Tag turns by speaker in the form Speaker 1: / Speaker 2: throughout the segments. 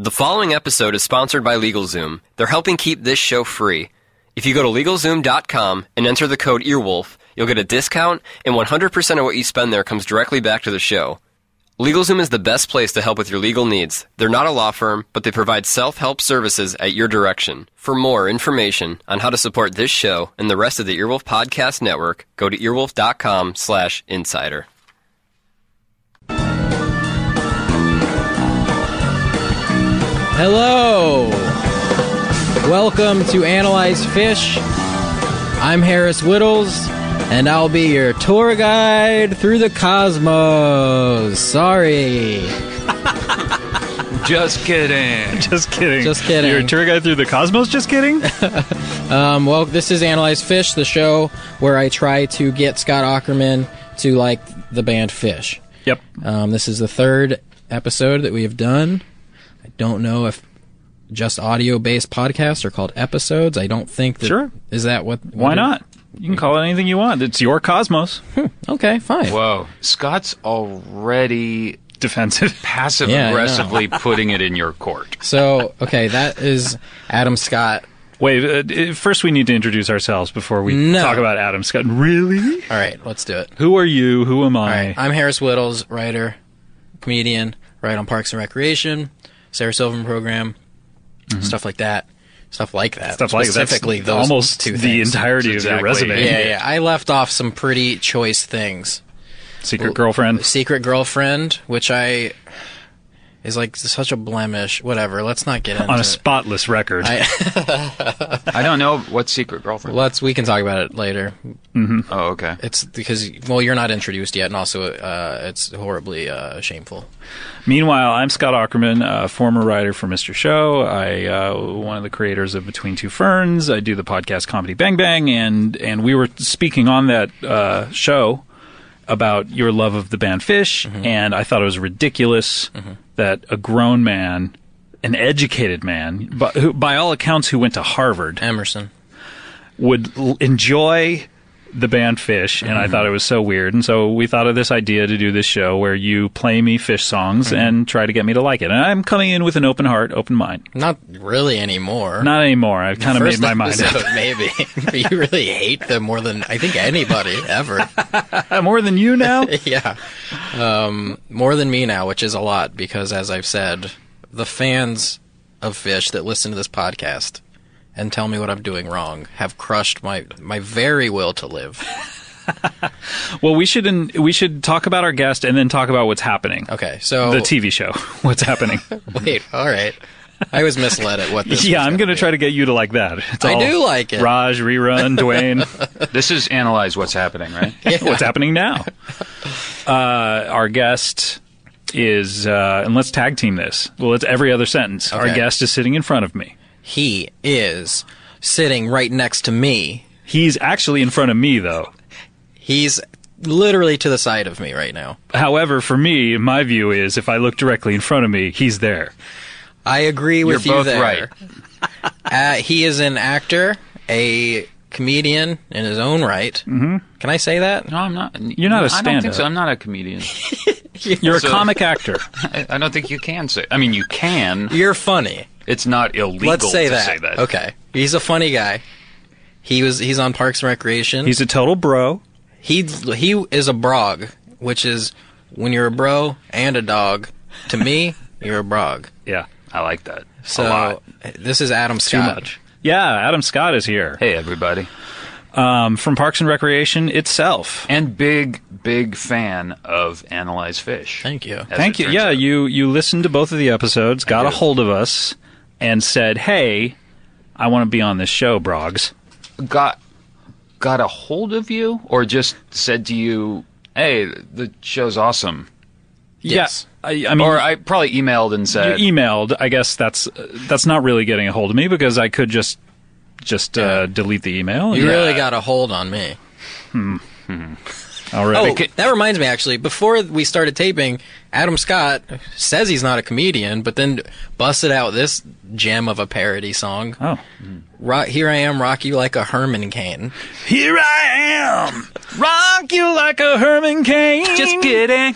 Speaker 1: The following episode is sponsored by LegalZoom. They're helping keep this show free. If you go to LegalZoom.com and enter the code EARWOLF, you'll get a discount, and 100% of what you spend there comes directly back to the show. LegalZoom is the best place to help with your legal needs. They're not a law firm, but they provide self help services at your direction. For more information on how to support this show and the rest of the Earwolf Podcast Network, go to earwolf.com slash insider.
Speaker 2: Hello. Welcome to Analyze Fish. I'm Harris Whittles, and I'll be your tour guide through the cosmos. Sorry.
Speaker 3: Just kidding.
Speaker 4: Just kidding.
Speaker 2: Just kidding.
Speaker 4: You're a tour guide through the cosmos. Just kidding.
Speaker 2: Um, well, this is Analyze Fish, the show where I try to get Scott Ackerman to like the band Fish.
Speaker 4: yep.
Speaker 2: Um, this is the third episode that we have done. I don't know if just audio-based podcasts are called episodes. I don't think that
Speaker 4: Sure.
Speaker 2: is that what.
Speaker 4: Why not? You can call it anything you want. It's your cosmos.
Speaker 2: Okay, fine.
Speaker 3: Whoa. Scott's already
Speaker 4: Defensive.
Speaker 3: passive
Speaker 2: Yeah, I know.
Speaker 3: aggressively putting it in your court.
Speaker 2: So, okay, that is Adam Scott.
Speaker 4: Wait. Uh, uh, first, we need to introduce ourselves before we
Speaker 2: No.
Speaker 4: talk about Adam Scott. Really?
Speaker 2: All right, let's do it.
Speaker 4: Who are you? Who am
Speaker 2: All
Speaker 4: I?
Speaker 2: right, I'm Harris Whittles, writer, comedian, write on Parks and Recreation, Sarah Silverman program, stuff like that. Stuff like that.
Speaker 4: Mm-hmm. Stuff like that. That's
Speaker 2: specifically those
Speaker 4: almost
Speaker 2: two
Speaker 4: the
Speaker 2: things.
Speaker 4: entirety of your
Speaker 3: Exactly.
Speaker 4: resume.
Speaker 2: Yeah, yeah. I left off some pretty choice things.
Speaker 4: Secret girlfriend.
Speaker 2: Secret girlfriend, which I is like such a blemish. Whatever. Let's not get into
Speaker 4: On a
Speaker 2: it.
Speaker 4: spotless record.
Speaker 3: I don't know what secret girlfriend.
Speaker 2: Let's we can talk about it later.
Speaker 3: oh, okay.
Speaker 2: It's because well, you're not introduced yet, and also uh, it's horribly uh, shameful.
Speaker 4: Meanwhile, I'm Scott Ackerman, a former writer for Mr. Show. I uh, one of the creators of Between Two Ferns. I do the podcast Comedy Bang Bang, and and we were speaking on that uh, show about your love of the band Fish, and I thought it was ridiculous that a grown man, an educated man, but who, by all accounts, who went to Harvard,
Speaker 2: Emerson.
Speaker 4: would l- enjoy the band Fish, and I
Speaker 2: Mm-hmm.
Speaker 4: thought it was so weird. And so we thought of this idea to do this show where you play me Fish songs
Speaker 2: Mm-hmm.
Speaker 4: and try to get me to like it. And I'm coming in with an open heart, open mind.
Speaker 2: Not really anymore.
Speaker 4: Not anymore. I've kind of made
Speaker 2: First
Speaker 4: my mind up.
Speaker 2: episode, maybe. but you really hate them more than I think anybody ever.
Speaker 4: More than you now?
Speaker 2: yeah. Um, more than me now, which is a lot because, as I've said, the fans of Fish that listen to this podcast and tell me what I'm doing wrong have crushed my my very will to live.
Speaker 4: well, we should in, we should talk about our guest and then talk about what's happening.
Speaker 2: Okay, so
Speaker 4: The TV show. What's happening?
Speaker 2: wait, all right. I was misled at what this.
Speaker 4: yeah,
Speaker 2: was
Speaker 4: I'm going
Speaker 2: gonna
Speaker 4: to
Speaker 2: be.
Speaker 4: try to get you to like that. It's
Speaker 2: I
Speaker 4: all
Speaker 2: do like it.
Speaker 4: Raj, rerun, Dwayne.
Speaker 3: This is analyze what's happening, right?
Speaker 4: what's happening now. Uh, our guest is, uh, and let's tag team this. Well, it's every other sentence. Our
Speaker 2: Okay.
Speaker 4: guest is sitting in front of me.
Speaker 2: He is sitting right next to me.
Speaker 4: He's actually in front of me, though.
Speaker 2: He's literally to the side of me right now.
Speaker 4: However, for me, my view is if I look directly in front of me, he's there.
Speaker 2: I agree
Speaker 3: You're
Speaker 2: with you
Speaker 3: both
Speaker 2: there.
Speaker 3: right.
Speaker 2: uh, he is an actor, a comedian in his own right. Mm-hmm. Can I say that?
Speaker 3: No, I'm not.
Speaker 4: You're not a
Speaker 3: I don't think
Speaker 4: stand-up.
Speaker 3: so. I'm not a comedian.
Speaker 4: You're a
Speaker 3: So-
Speaker 4: comic actor.
Speaker 3: I, I don't think you can say. I mean, you can.
Speaker 2: You're funny.
Speaker 3: It's not illegal
Speaker 2: Let's say
Speaker 3: to
Speaker 2: that.
Speaker 3: say that.
Speaker 2: Okay. He's a funny guy. He was. He's on Parks and Recreation.
Speaker 4: He's a total bro.
Speaker 2: he he is a brog, which is when you're a bro and a dog, to me, you're a brog.
Speaker 4: Yeah.
Speaker 3: I like that. a
Speaker 2: So
Speaker 3: lot.
Speaker 2: this is Adam
Speaker 4: Too
Speaker 2: Scott.
Speaker 4: much. Yeah, Adam Scott is here
Speaker 3: Hey, everybody.
Speaker 4: um, from Parks and Recreation itself.
Speaker 3: And big, big fan of Analyze Fish.
Speaker 2: Thank you.
Speaker 3: As
Speaker 4: Thank
Speaker 3: it
Speaker 4: you.
Speaker 3: turns
Speaker 4: Yeah,
Speaker 3: out.
Speaker 4: you you listened to both of the episodes, got a
Speaker 3: did.
Speaker 4: hold of us, and said, "Hey, I want to be on this show, Brogs."
Speaker 3: got got a hold of you or just said to you, "Hey, the show's awesome."
Speaker 2: Yes.
Speaker 4: Yeah, I, I mean,
Speaker 3: Or I probably emailed and said,
Speaker 4: you emailed. I guess that's uh, that's not really getting a hold of me because I could just just uh, delete the email.
Speaker 2: You
Speaker 4: Yeah.
Speaker 2: really got a hold on me.
Speaker 4: already.
Speaker 2: Oh, that reminds me actually. Before we started taping, Adam Scott says he's not a comedian, but then busted out this gem of a parody song.
Speaker 4: Oh.
Speaker 2: Ro- Here I am, rock you like a Herman Cain.
Speaker 4: here I am, rock you like a Herman Cain.
Speaker 3: "Just kidding."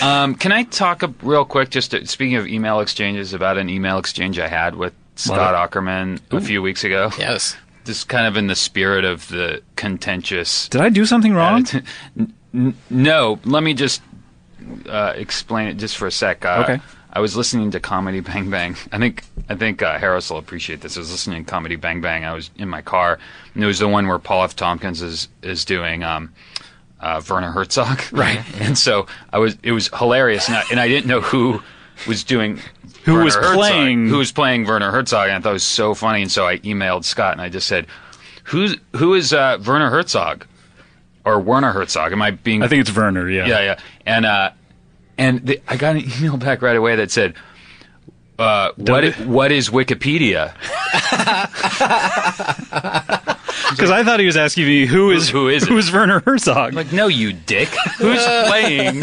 Speaker 3: um, can I talk a, real quick? Just to, speaking of email exchanges, about an email exchange I had with Scott Ackerman a few weeks ago.
Speaker 2: Yes.
Speaker 3: Just kind of in the spirit of the contentious
Speaker 4: Did I do something wrong?
Speaker 3: attitude. N- no, let me just uh, explain it just for a sec. Uh,
Speaker 4: Okay.
Speaker 3: I was listening to Comedy Bang Bang. I think I think uh, Harris will appreciate this. I was listening to Comedy Bang Bang. I was in my car, and it was the one where Paul F. Tompkins is is doing. Um, uh, Werner Herzog, right? And so I was, it was hilarious, and I, and I didn't know who was doing,
Speaker 4: Who
Speaker 3: Werner
Speaker 4: was
Speaker 3: Herzog,
Speaker 4: playing-
Speaker 3: who was playing Werner Herzog, and I thought it was so funny, and so I emailed Scott and I just said, "Who's who is uh, Werner Herzog, or Werner Herzog? Am I being?
Speaker 4: I think it's Werner. Yeah.
Speaker 3: yeah, yeah." And uh, and the, I got an email back right away that said, uh, "What i- what is Wikipedia?
Speaker 4: Because I thought he was asking me who is
Speaker 3: who is it?
Speaker 4: who is Werner Herzog.
Speaker 3: Like, no, you dick. Who's playing?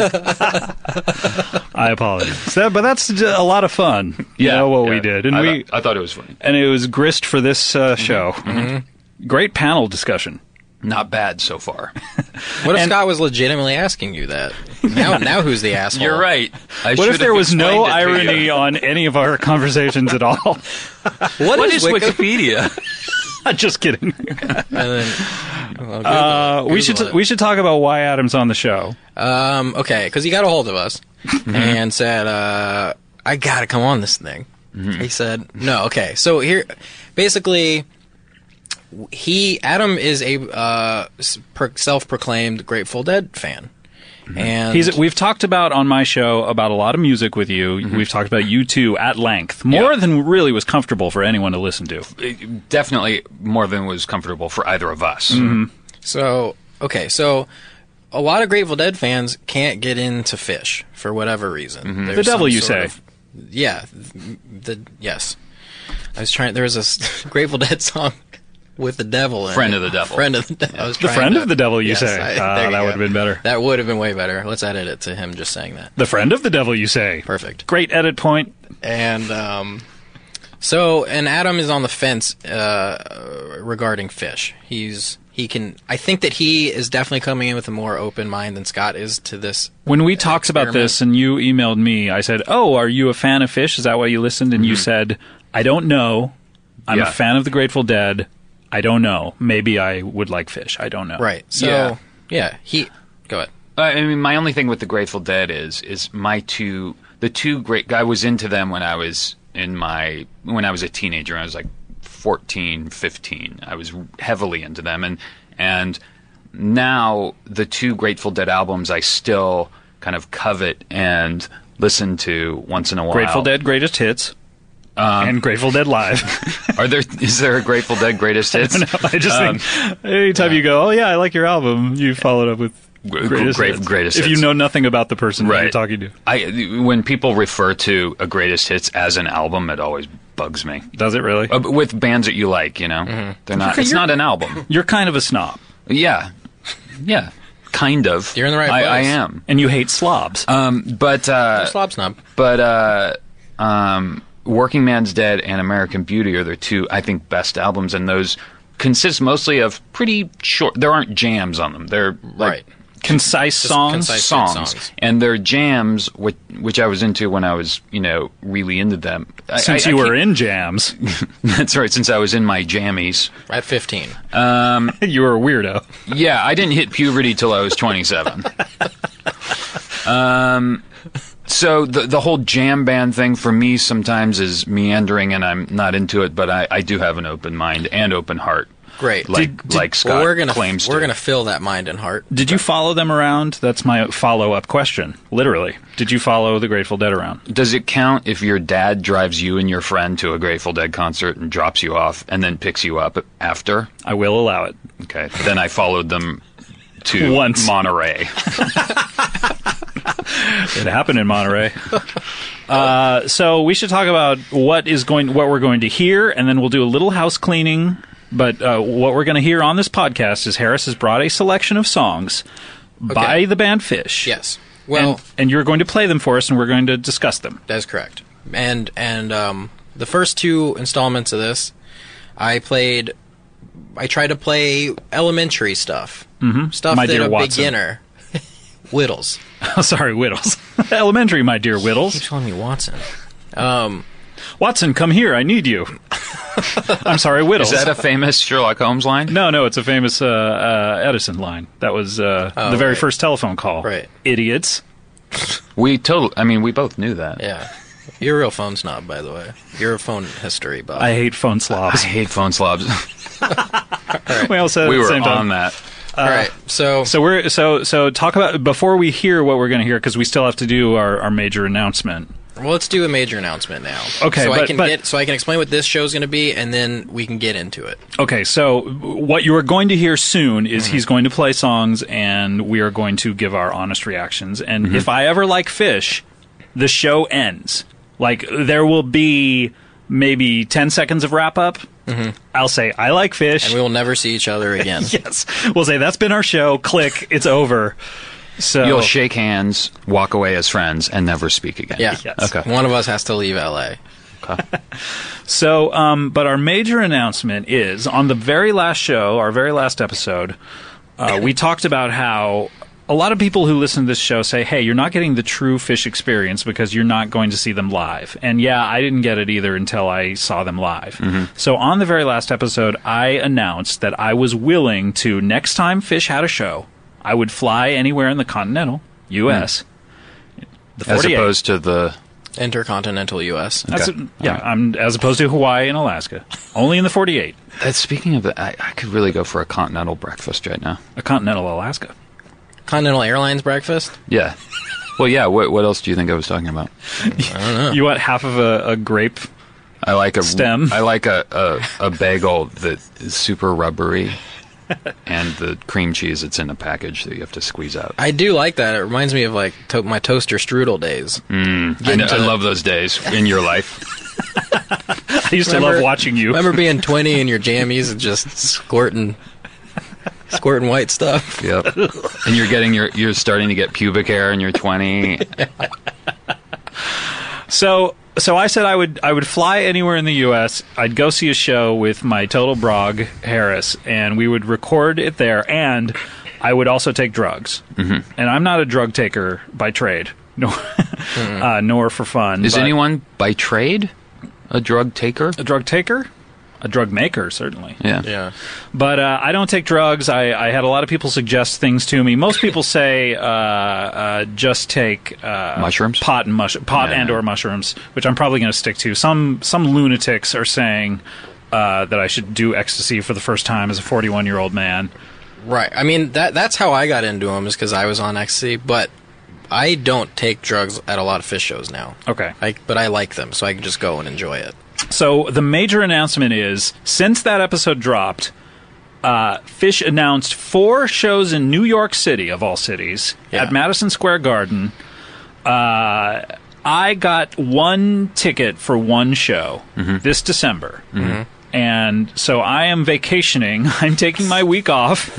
Speaker 4: I apologize. That- but that's j- a lot of fun. you know, what we
Speaker 3: yeah.
Speaker 4: did, and
Speaker 3: I
Speaker 4: we
Speaker 3: thought- I thought it was funny.
Speaker 4: and it was grist for this uh, show. Great panel discussion.
Speaker 3: Not bad so far.
Speaker 2: What if Scott was legitimately asking you that? Now, now who's the asshole?
Speaker 3: You're right. I
Speaker 4: What
Speaker 3: should
Speaker 4: if there
Speaker 3: have
Speaker 4: was no
Speaker 3: explained it to you.
Speaker 4: irony on any of our conversations at all?
Speaker 2: what
Speaker 3: What is Wikipedia?
Speaker 4: Just kidding.
Speaker 2: And then- well, Google
Speaker 4: Uh,
Speaker 2: it.
Speaker 4: we should
Speaker 2: Google it.
Speaker 4: we should talk about why Adam's on the show.
Speaker 2: Um, okay, because he got a hold of us and said, uh, I gotta come on this thing. He said, no, okay. So here, basically, he, Adam is a uh, s- pro- self proclaimed Grateful Dead fan. And
Speaker 4: He's we've talked about on my show about a lot of music with you. We've talked about you two at length, more than really was comfortable for anyone to listen to.
Speaker 3: Definitely more than was comfortable for either of us.
Speaker 4: Mm-hmm.
Speaker 2: So okay, so a lot of Grateful Dead fans can't get into fish for whatever reason.
Speaker 4: Mm-hmm. The devil, you say?
Speaker 2: yeah. th- The yes. I was trying. There was a s- Grateful Dead song with the devil. In
Speaker 3: Friend
Speaker 2: it.
Speaker 3: of the devil.
Speaker 2: Friend of the devil. I was
Speaker 4: The
Speaker 2: trying
Speaker 4: friend
Speaker 2: to-
Speaker 4: of the devil, you
Speaker 2: Yes,
Speaker 4: say?
Speaker 2: I-
Speaker 4: Ah,
Speaker 2: there you
Speaker 4: that
Speaker 2: go.
Speaker 4: would have been better.
Speaker 2: That would have been way better. Let's edit it to him just saying that.
Speaker 4: The friend of the devil, you say?
Speaker 2: Perfect.
Speaker 4: Great edit point.
Speaker 2: And um, so, and Adam is on the fence uh, regarding fish. He's he can. I think that he is definitely coming in with a more open mind than Scott is to this.
Speaker 4: When we talked about
Speaker 2: experiment.
Speaker 4: this and you emailed me, I said, "Oh, are you a fan of fish? Is that why you listened?" And you said, "I don't know. I'm
Speaker 3: Mm-hmm. Yeah.
Speaker 4: a fan of the Grateful Dead. I don't know. Maybe I would like fish. I don't know."
Speaker 2: Right. So
Speaker 3: Yeah.
Speaker 2: yeah, he go ahead.
Speaker 3: Uh, I mean, my only thing with the Grateful Dead is is my two the two great I was into them when I was in my when I was a teenager. I was like 14, 15. I was heavily into them and and now the two Grateful Dead albums I still kind of covet and listen to once in a while.
Speaker 4: Grateful Dead greatest hits Um, and Grateful Dead live.
Speaker 3: Are there is there a Grateful Dead greatest hits?
Speaker 4: I just
Speaker 3: Um,
Speaker 4: think anytime you go, "Oh yeah, I like your album," you follow it up with
Speaker 3: Gr-
Speaker 4: greatest
Speaker 3: great-
Speaker 4: hits.
Speaker 3: greatest
Speaker 4: If you
Speaker 3: hits.
Speaker 4: know nothing about the person that you're talking to,
Speaker 3: I when people refer to a greatest hits as an album, it always bugs me.
Speaker 4: does it really?
Speaker 3: Uh, with bands that you like, you know,
Speaker 2: Mm-hmm.
Speaker 3: they're not. It's not an album.
Speaker 4: you're kind of a snob
Speaker 3: Yeah, yeah, kind of.
Speaker 2: You're in the right
Speaker 3: I,
Speaker 2: place.
Speaker 3: I am.
Speaker 4: and you hate slobs.
Speaker 3: Um, but uh,
Speaker 2: Slob snob.
Speaker 3: but uh, um, Working Man's Dead and American Beauty are their two, I think, best albums, and those consist mostly of pretty short. There aren't jams on them. They're like
Speaker 2: right.
Speaker 4: concise songs.
Speaker 2: concise. hit
Speaker 3: songs,
Speaker 2: songs.
Speaker 3: and their jams, which which I was into when I was, you know, really into them. I-
Speaker 4: Since
Speaker 3: I- I
Speaker 4: you were
Speaker 3: keep-
Speaker 4: in jams,
Speaker 3: that's right. Since I was in my jammies,
Speaker 2: At fifteen.
Speaker 4: you were a weirdo.
Speaker 3: yeah, I didn't hit puberty till I was twenty seven. Um, So the the whole jam band thing for me sometimes is meandering, and I'm not into it. But I, I do have an open mind and open heart.
Speaker 2: Great.
Speaker 3: like
Speaker 2: Did-
Speaker 3: like Scott
Speaker 2: we're gonna
Speaker 3: claims.
Speaker 2: we're
Speaker 3: to.
Speaker 2: gonna fill that mind and heart.
Speaker 4: Did you follow them around? That's my follow up question. Literally, did you follow the Grateful Dead around?
Speaker 3: Does it count if your dad drives you and your friend to a Grateful Dead concert and drops you off and then picks you up after?
Speaker 4: I will allow it.
Speaker 3: Okay, then I followed them to
Speaker 4: Once.
Speaker 3: Monterey.
Speaker 4: It happened in Monterey. Uh, so we should talk about what is going, what we're going to hear, and then we'll do a little house cleaning. But uh, what we're going to hear on this podcast is Harris has brought a selection of songs by the band Fish.
Speaker 2: Yes.
Speaker 4: And-
Speaker 2: Well,
Speaker 4: and, you're going to play them for us, and we're going to discuss them.
Speaker 2: That's correct. And and um, the first two installments of this, I played. I tried to play elementary stuff, mm-hmm. stuff
Speaker 4: My
Speaker 2: that
Speaker 4: dear
Speaker 2: a
Speaker 4: Watson.
Speaker 2: beginner whittles.
Speaker 4: Sorry, Whittles. Elementary, my dear
Speaker 2: Keep
Speaker 4: Whittles.
Speaker 2: calling me Watson. Um,
Speaker 4: Watson, come here. I need you. I'm sorry,
Speaker 3: Is
Speaker 4: Whittles.
Speaker 3: that a famous Sherlock Holmes line?
Speaker 4: No, no, it's a famous uh, uh, Edison line. That was uh,
Speaker 3: Oh,
Speaker 4: the very
Speaker 2: right.
Speaker 4: first telephone call.
Speaker 2: Right.
Speaker 4: Idiots.
Speaker 3: We total. I mean, we both knew that.
Speaker 2: yeah, you're a real phone snob, by the way. You're a phone history buff.
Speaker 4: I hate phone slobs.
Speaker 3: I hate phone slobs.
Speaker 4: we all said it
Speaker 3: we
Speaker 4: at the
Speaker 3: were
Speaker 4: same
Speaker 3: on
Speaker 4: time.
Speaker 3: that.
Speaker 2: All right, so
Speaker 4: uh, So we're so so talk about before we hear what we're going to hear because we still have to do our, our major announcement.
Speaker 2: well, let's do a major announcement now.
Speaker 4: Okay,
Speaker 2: so I
Speaker 4: but-
Speaker 2: can
Speaker 4: but-
Speaker 2: get so I can explain what this show's going to be, and then we can get into it.
Speaker 4: Okay, so what you are going to hear soon is
Speaker 3: Mm-hmm.
Speaker 4: he's going to play songs and we are going to give our honest reactions. And
Speaker 3: Mm-hmm.
Speaker 4: if I ever like fish, the show ends. Like there will be maybe ten seconds of wrap up.
Speaker 3: Mm-hmm.
Speaker 4: I'll say I like fish.
Speaker 2: And we will never see each other again.
Speaker 4: yes, we'll say that's been our show. Click, it's over. So
Speaker 3: You'll shake hands, walk away as friends, and never speak again.
Speaker 2: Yeah.
Speaker 4: Yes.
Speaker 3: Okay.
Speaker 2: One of us has to leave LA.
Speaker 4: So, um, but our major announcement is on the very last show, our very last episode, uh, we talked about how a lot of people who listen to this show say, hey, you're not getting the true fish experience because you're not going to see them live. And yeah, I didn't get it either until I saw them live.
Speaker 3: Mm-hmm.
Speaker 4: So, on the very last episode, I announced that I was willing to, next time Fish had a show, I would fly anywhere in the continental U.S. The
Speaker 3: Mm. As
Speaker 4: 48.
Speaker 3: opposed to the
Speaker 2: Intercontinental US.
Speaker 4: That's
Speaker 3: Okay.
Speaker 4: yeah, I'm as opposed to Hawaii and Alaska, only in the 48.
Speaker 3: That's speaking of that, I, I could really go for a continental breakfast right now.
Speaker 4: a continental Alaska.
Speaker 2: Continental Airlines breakfast?
Speaker 3: Yeah. Well, yeah. What, what else do you think I was talking about?
Speaker 4: You want half of a, a grape?
Speaker 3: I like a
Speaker 4: Stem.
Speaker 3: I like a, a, a bagel that is super rubbery, and the cream cheese that's in a package that you have to squeeze out.
Speaker 2: I do like that. It reminds me of like to- my toaster strudel days.
Speaker 3: I, know-
Speaker 2: into
Speaker 3: I
Speaker 2: the-
Speaker 3: love those days in your life.
Speaker 4: I used to
Speaker 2: Remember-
Speaker 4: love watching you.
Speaker 2: Remember being 20 in your jammies and just squirting squirting white stuff.
Speaker 3: Yep. And you're getting your you're starting to get pubic hair in your twenty.
Speaker 4: So so I said I would I would fly anywhere in the U.S. I'd go see a show with my total brog Harris, and we would record it there. And I would also take drugs. Mm-hmm. And I'm not a drug taker by trade, nor uh, nor for fun.
Speaker 3: Is
Speaker 4: but-
Speaker 3: anyone by trade a drug taker?
Speaker 4: a drug taker? A drug maker, certainly.
Speaker 3: Yeah.
Speaker 2: Yeah.
Speaker 4: But uh, I don't take drugs. I, I had a lot of people suggest things to me. Most people say uh, uh, just take uh,
Speaker 3: Mushrooms?
Speaker 4: pot and mush- pot
Speaker 3: Yeah.
Speaker 4: and or mushrooms, which I'm probably going to stick to. Some some lunatics are saying uh, that I should do ecstasy for the first time as a 41 year old man.
Speaker 2: Right. I mean, that that's how I got into them is cuz I was on ecstasy, but I don't take drugs at a lot of fish shows now.
Speaker 4: Okay.
Speaker 2: I, but I like them, so I can just go and enjoy it.
Speaker 4: So the major announcement is since that episode dropped, uh, Fish announced four shows in New York City, of all cities,
Speaker 2: Yeah.
Speaker 4: at Madison Square Garden. Uh, I got one ticket for one show this December. And so I am vacationing. I'm taking my week off.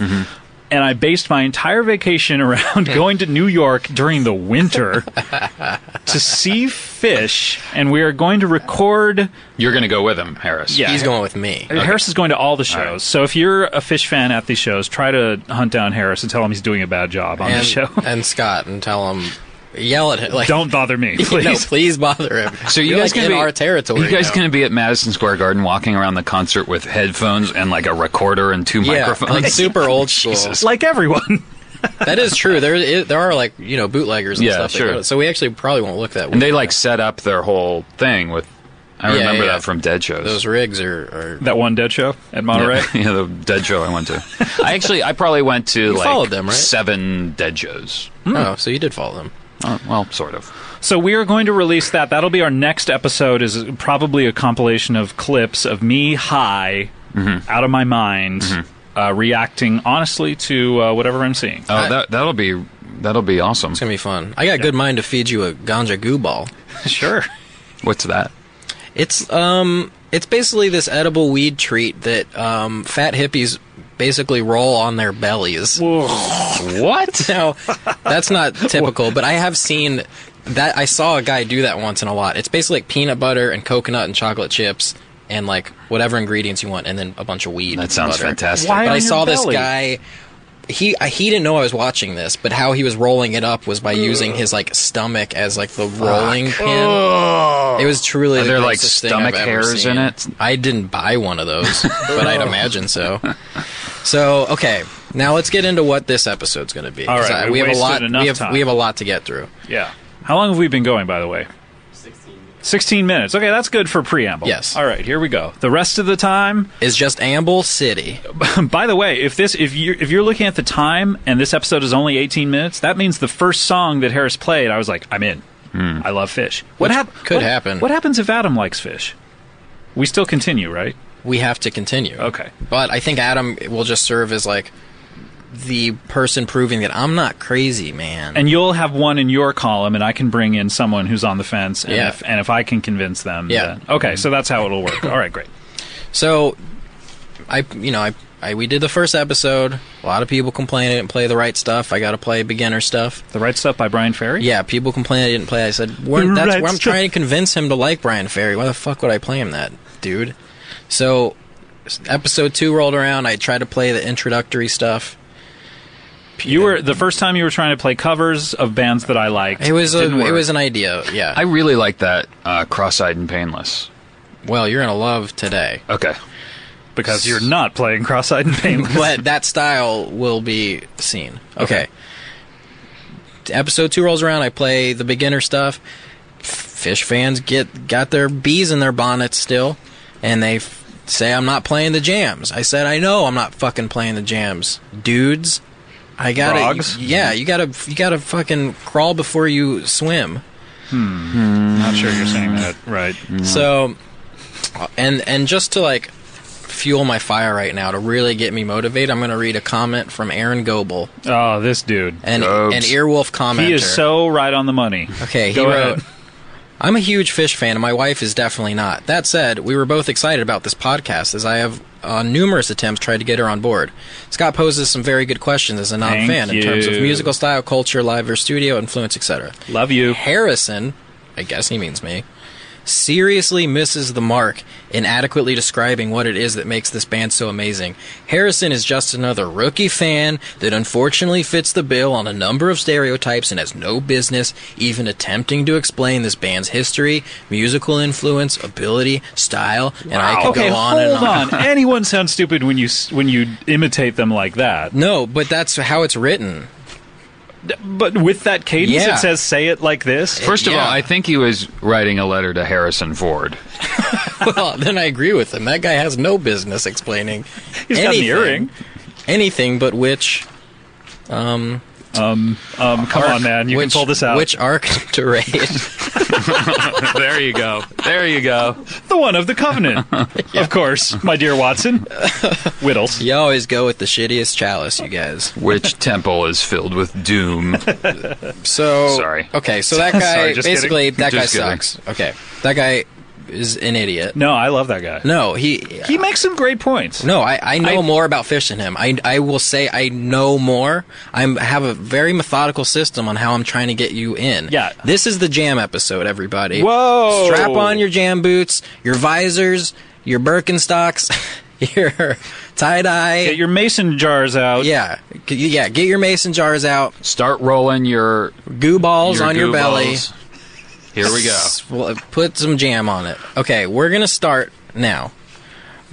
Speaker 4: And I based my entire vacation around going to New York during the winter to see fish. And we are going to record
Speaker 3: You're going to go with him, Harris.
Speaker 4: Yeah.
Speaker 2: He's going with me.
Speaker 4: Harris is going to all the shows. So if you're a fish fan at these shows, try to hunt down Harris and tell him he's doing a bad job on the
Speaker 2: And,
Speaker 4: show.
Speaker 2: and Scott and tell him yell at him like
Speaker 4: Don't bother me, please.
Speaker 2: No, please bother him.
Speaker 3: So you
Speaker 2: You're,
Speaker 3: guys
Speaker 2: like,
Speaker 3: gonna
Speaker 2: in
Speaker 3: be
Speaker 2: our territory.
Speaker 3: You guys
Speaker 2: now.
Speaker 3: gonna be at Madison Square Garden, walking around the concert with headphones and like a recorder and two
Speaker 2: yeah,
Speaker 3: microphones.
Speaker 2: like super old school.
Speaker 4: Like everyone.
Speaker 2: that is true. There, is, there are like you know bootleggers and
Speaker 3: Yeah,
Speaker 2: stuff. that
Speaker 3: sure.
Speaker 2: go to- so we actually probably won't look that.
Speaker 3: and
Speaker 2: way.
Speaker 3: they like set up their whole thing with. I
Speaker 2: Yeah,
Speaker 3: remember
Speaker 2: yeah.
Speaker 3: that from Dead shows.
Speaker 2: those rigs are. are
Speaker 4: That one dead show at Monterey.
Speaker 3: Yeah, yeah, the Dead show I went to. I actually, I probably went to like
Speaker 2: followed them, right?
Speaker 3: seven Dead shows.
Speaker 2: Oh, so you did follow them.
Speaker 3: Uh, well, sort of.
Speaker 4: So we are going to release that. That'll be our next episode. Is probably a compilation of clips of me high, out of my mind, uh, reacting honestly to uh, whatever I'm seeing.
Speaker 3: Oh, that that'll be that'll be awesome.
Speaker 2: It's gonna be fun. I got good mind to feed you a ganja goo ball.
Speaker 4: Uh, sure.
Speaker 3: What's that?
Speaker 2: It's um, it's basically this edible weed treat that um, fat hippies basically roll on their bellies.
Speaker 3: What?
Speaker 2: Now, that's not typical, but I have seen that. I saw a guy do that once in a lot. It's basically like peanut butter and coconut and chocolate chips and like whatever ingredients you want, and then a bunch of weed.
Speaker 3: That
Speaker 2: and
Speaker 3: sounds
Speaker 2: butter.
Speaker 3: fantastic.
Speaker 4: Why-
Speaker 2: But
Speaker 4: on
Speaker 2: I
Speaker 4: your
Speaker 2: saw this
Speaker 4: belly?
Speaker 2: guy. He I- he didn't know I was watching this, but how he was rolling it up was by using his like stomach as like the rolling pin. It was truly
Speaker 3: Are
Speaker 2: the
Speaker 3: there, like,
Speaker 2: grossest thing
Speaker 3: stomach
Speaker 2: I've ever
Speaker 3: hairs in
Speaker 2: seen.
Speaker 3: it?
Speaker 2: I didn't buy one of those, but I'd imagine so. So okay, now let's get into what this episode's going to be. 'cause
Speaker 4: All
Speaker 2: I-
Speaker 4: right, we
Speaker 2: we, have a
Speaker 4: wasted
Speaker 2: lot.
Speaker 4: enough
Speaker 2: We have
Speaker 4: time.
Speaker 2: we have a lot to get through.
Speaker 4: Yeah. How long have we been going, by the way? 16 minutes. Okay, that's good for preamble.
Speaker 2: Yes.
Speaker 4: All right, here we go. The rest of the time,
Speaker 2: Is just Amble City.
Speaker 4: by the way, if this if you if you're looking at the time and this episode is only 18 minutes, that means the first song that Harris played, I was like, I'm in. I love fish. What
Speaker 2: Hmm. Which
Speaker 4: hap-
Speaker 2: could
Speaker 4: what-
Speaker 2: happen.
Speaker 4: What happens if Adam likes fish? We still continue, right?
Speaker 2: We have to continue.
Speaker 4: Okay.
Speaker 2: But I think Adam will just serve as like the person proving that I'm not crazy, man.
Speaker 4: And you'll have one in your column, and I can bring in someone who's on the fence. And,
Speaker 2: Yeah.
Speaker 4: if, and if I can convince them,
Speaker 2: Yeah.
Speaker 4: then- okay, so that's how it'll work. All right, great.
Speaker 2: So, I you know I, I we did the first episode. A lot of people complained I didn't play the right stuff. I got to play beginner stuff.
Speaker 4: The right stuff by Brian Ferry.
Speaker 2: Yeah, people complained I didn't play. I said, we're,
Speaker 4: The
Speaker 2: that's
Speaker 4: right
Speaker 2: where I'm
Speaker 4: stuff.
Speaker 2: trying to convince him to like Brian Ferry. Why the fuck would I play him that, dude? So, s- episode two rolled around. I tried to play the introductory stuff.
Speaker 4: You were the first time you were trying to play covers of bands that I liked.
Speaker 2: It was a,
Speaker 3: Didn't
Speaker 2: it
Speaker 3: work.
Speaker 2: was an idea. Yeah.
Speaker 3: I really like that uh, cross-eyed and painless.
Speaker 2: well, you're gonna love today.
Speaker 3: Okay.
Speaker 4: because you're not playing cross-eyed and painless.
Speaker 2: but that style will be seen. Okay. Episode two rolls around. I play the beginner stuff. F- Fish fans get got their bees in their bonnets still, and they f- say I'm not playing the jams. I said I know I'm not fucking playing the jams, dudes. I gotta,
Speaker 3: Frogs?
Speaker 2: yeah, you gotta, you gotta fucking crawl before you swim.
Speaker 4: not sure you're saying that right.
Speaker 2: So, and and just to like fuel my fire right now to really get me motivated, I'm gonna read a comment from Aaron Goebel.
Speaker 4: Oh, this dude.
Speaker 2: an,
Speaker 3: Oops.
Speaker 2: an earwolf commenter.
Speaker 4: He is so right on the money.
Speaker 2: okay. He
Speaker 4: Go
Speaker 2: wrote,
Speaker 4: ahead.
Speaker 2: "I'm a huge fish fan, and my wife is definitely not." That said, we were both excited about this podcast, as I have on numerous attempts tried to get her on board. Scott poses some very good questions as a
Speaker 4: Thank
Speaker 2: non-fan in terms of
Speaker 4: you.
Speaker 2: musical style, culture, live or studio influence, etc.
Speaker 4: Love you.
Speaker 2: Harrison, I guess he means me, seriously misses the mark in adequately describing what it is that makes this band so amazing. Harrison is just another rookie fan that unfortunately fits the bill on a number of stereotypes and has no business even attempting to explain this band's history, musical influence, ability, style, and I could
Speaker 4: Okay,
Speaker 2: go on
Speaker 4: hold
Speaker 2: and on.
Speaker 4: on. Anyone sounds stupid when you s- when you imitate them like that.
Speaker 2: No, but that's how it's written.
Speaker 4: But with that cadence,
Speaker 2: Yeah.
Speaker 4: it says "say it like this."
Speaker 3: First of
Speaker 2: Yeah.
Speaker 3: all, I think he was writing a letter to Harrison Ford.
Speaker 2: well, then I agree with him. That guy has no business explaining
Speaker 4: He's got an
Speaker 2: anything,
Speaker 4: earring.
Speaker 2: anything but which
Speaker 4: Um, come on, man, you
Speaker 2: which,
Speaker 4: can pull this out.
Speaker 2: Which arc to raid?
Speaker 3: there you go. There you go.
Speaker 4: the one of the covenant, of course, my dear Watson. Whittles.
Speaker 2: you always go with the shittiest chalice, you guys.
Speaker 3: Which temple is filled with doom?
Speaker 2: So
Speaker 3: Sorry.
Speaker 2: Okay, so that guy
Speaker 4: Sorry, just
Speaker 2: basically that guy
Speaker 3: Just kidding.
Speaker 2: sucks. Okay, that guy is an idiot.
Speaker 4: No, I love that guy.
Speaker 2: No, he.
Speaker 4: He makes some great points.
Speaker 2: no, I, I know
Speaker 4: I-
Speaker 2: more about fish than him. I, I will say I know more. I'm, I have a very methodical system on how I'm trying to get you in.
Speaker 4: Yeah.
Speaker 2: This is the jam episode, everybody.
Speaker 4: Whoa.
Speaker 2: Strap on your jam boots, your visors, your Birkenstocks, your tie dye.
Speaker 4: Get your mason jars out.
Speaker 2: Yeah, G- yeah. Get your mason jars out.
Speaker 3: Start rolling your
Speaker 2: Goo balls
Speaker 3: your
Speaker 2: on your
Speaker 3: goo
Speaker 2: belly.
Speaker 3: balls. Here we go.
Speaker 2: S- well, Put some jam on it. Okay, we're gonna start now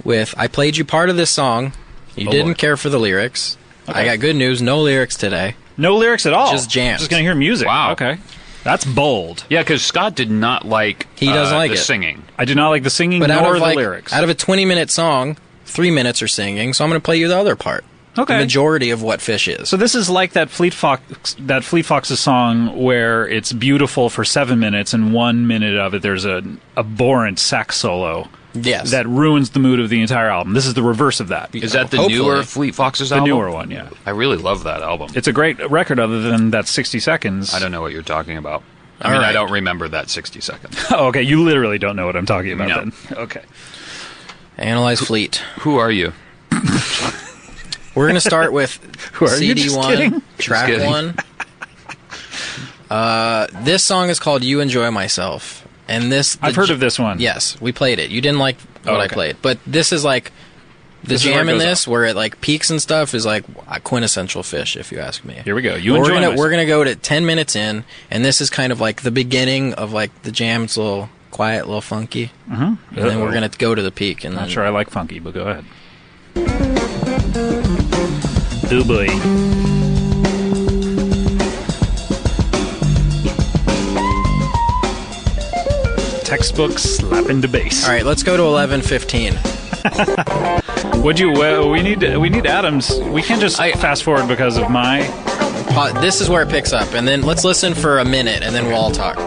Speaker 2: with I played you part of this song. You
Speaker 3: Oh,
Speaker 2: didn't
Speaker 3: boy.
Speaker 2: care for the lyrics. I got good news. No lyrics today.
Speaker 4: No lyrics at all.
Speaker 2: Just jams.
Speaker 4: Just gonna hear music.
Speaker 3: Wow.
Speaker 4: Okay. That's bold.
Speaker 3: Yeah, because Scott did not like
Speaker 2: He doesn't
Speaker 3: uh,
Speaker 2: like
Speaker 3: the
Speaker 2: it.
Speaker 3: singing.
Speaker 4: I do not like the singing
Speaker 2: But
Speaker 4: nor
Speaker 2: out of
Speaker 4: the
Speaker 2: like,
Speaker 4: lyrics.
Speaker 2: out of a 20 minute song, three minutes are singing. So I'm going to play you the other part.
Speaker 4: Okay.
Speaker 2: The majority of what Fish is.
Speaker 4: so this is like that Fleet Fox that Fleet Fox's song where it's beautiful for seven minutes and one minute of it there's an abhorrent sax solo
Speaker 2: yes.
Speaker 4: that ruins the mood of the entire album. This is the reverse of that.
Speaker 3: Is that the
Speaker 2: Hopefully.
Speaker 3: newer Fleet Foxes
Speaker 4: The
Speaker 3: album?
Speaker 4: newer one, yeah.
Speaker 3: I really love that album.
Speaker 4: It's a great record other than that 60 seconds.
Speaker 3: I don't know what you're talking about. I
Speaker 2: All
Speaker 3: mean, I
Speaker 2: right.
Speaker 3: don't remember that 60 seconds.
Speaker 4: Oh, okay, you literally don't know what I'm talking about
Speaker 3: No.
Speaker 4: then. Okay.
Speaker 2: Analyze Fleet.
Speaker 3: Who are you?
Speaker 2: We're going to start with
Speaker 4: are you? Just
Speaker 2: CD1,
Speaker 4: kidding?
Speaker 2: track
Speaker 3: kidding.
Speaker 2: 1. Uh, this song is called You Enjoy Myself. And this the
Speaker 4: I've heard
Speaker 2: j-
Speaker 4: of this one. Oh,
Speaker 2: Yes, we played it. You didn't like what I
Speaker 4: okay.
Speaker 2: played, but this is like the
Speaker 4: This is where
Speaker 2: jam
Speaker 4: it
Speaker 2: in
Speaker 4: goes
Speaker 2: this, where it like peaks and stuff, is like a quintessential fish, if you ask me.
Speaker 4: Here we go. You
Speaker 2: we're
Speaker 4: enjoy
Speaker 2: gonna
Speaker 4: myself.
Speaker 2: we're gonna go to ten minutes in, and this is kind of like the beginning of like the jam. It's a little quiet, a little funky, mm-hmm. and then
Speaker 4: Uh-oh.
Speaker 2: we're gonna go to the peak, and then
Speaker 4: Not sure I like funky, but go ahead. Ooh boy. Textbook slapping the bass.
Speaker 2: all right, let's go to eleven fifteen.
Speaker 4: Would you? Well, we need we need Adams. We can't just
Speaker 2: I-
Speaker 4: fast forward because of my.
Speaker 2: Uh, this is where it picks up, and then let's listen for a minute, and then we'll all talk.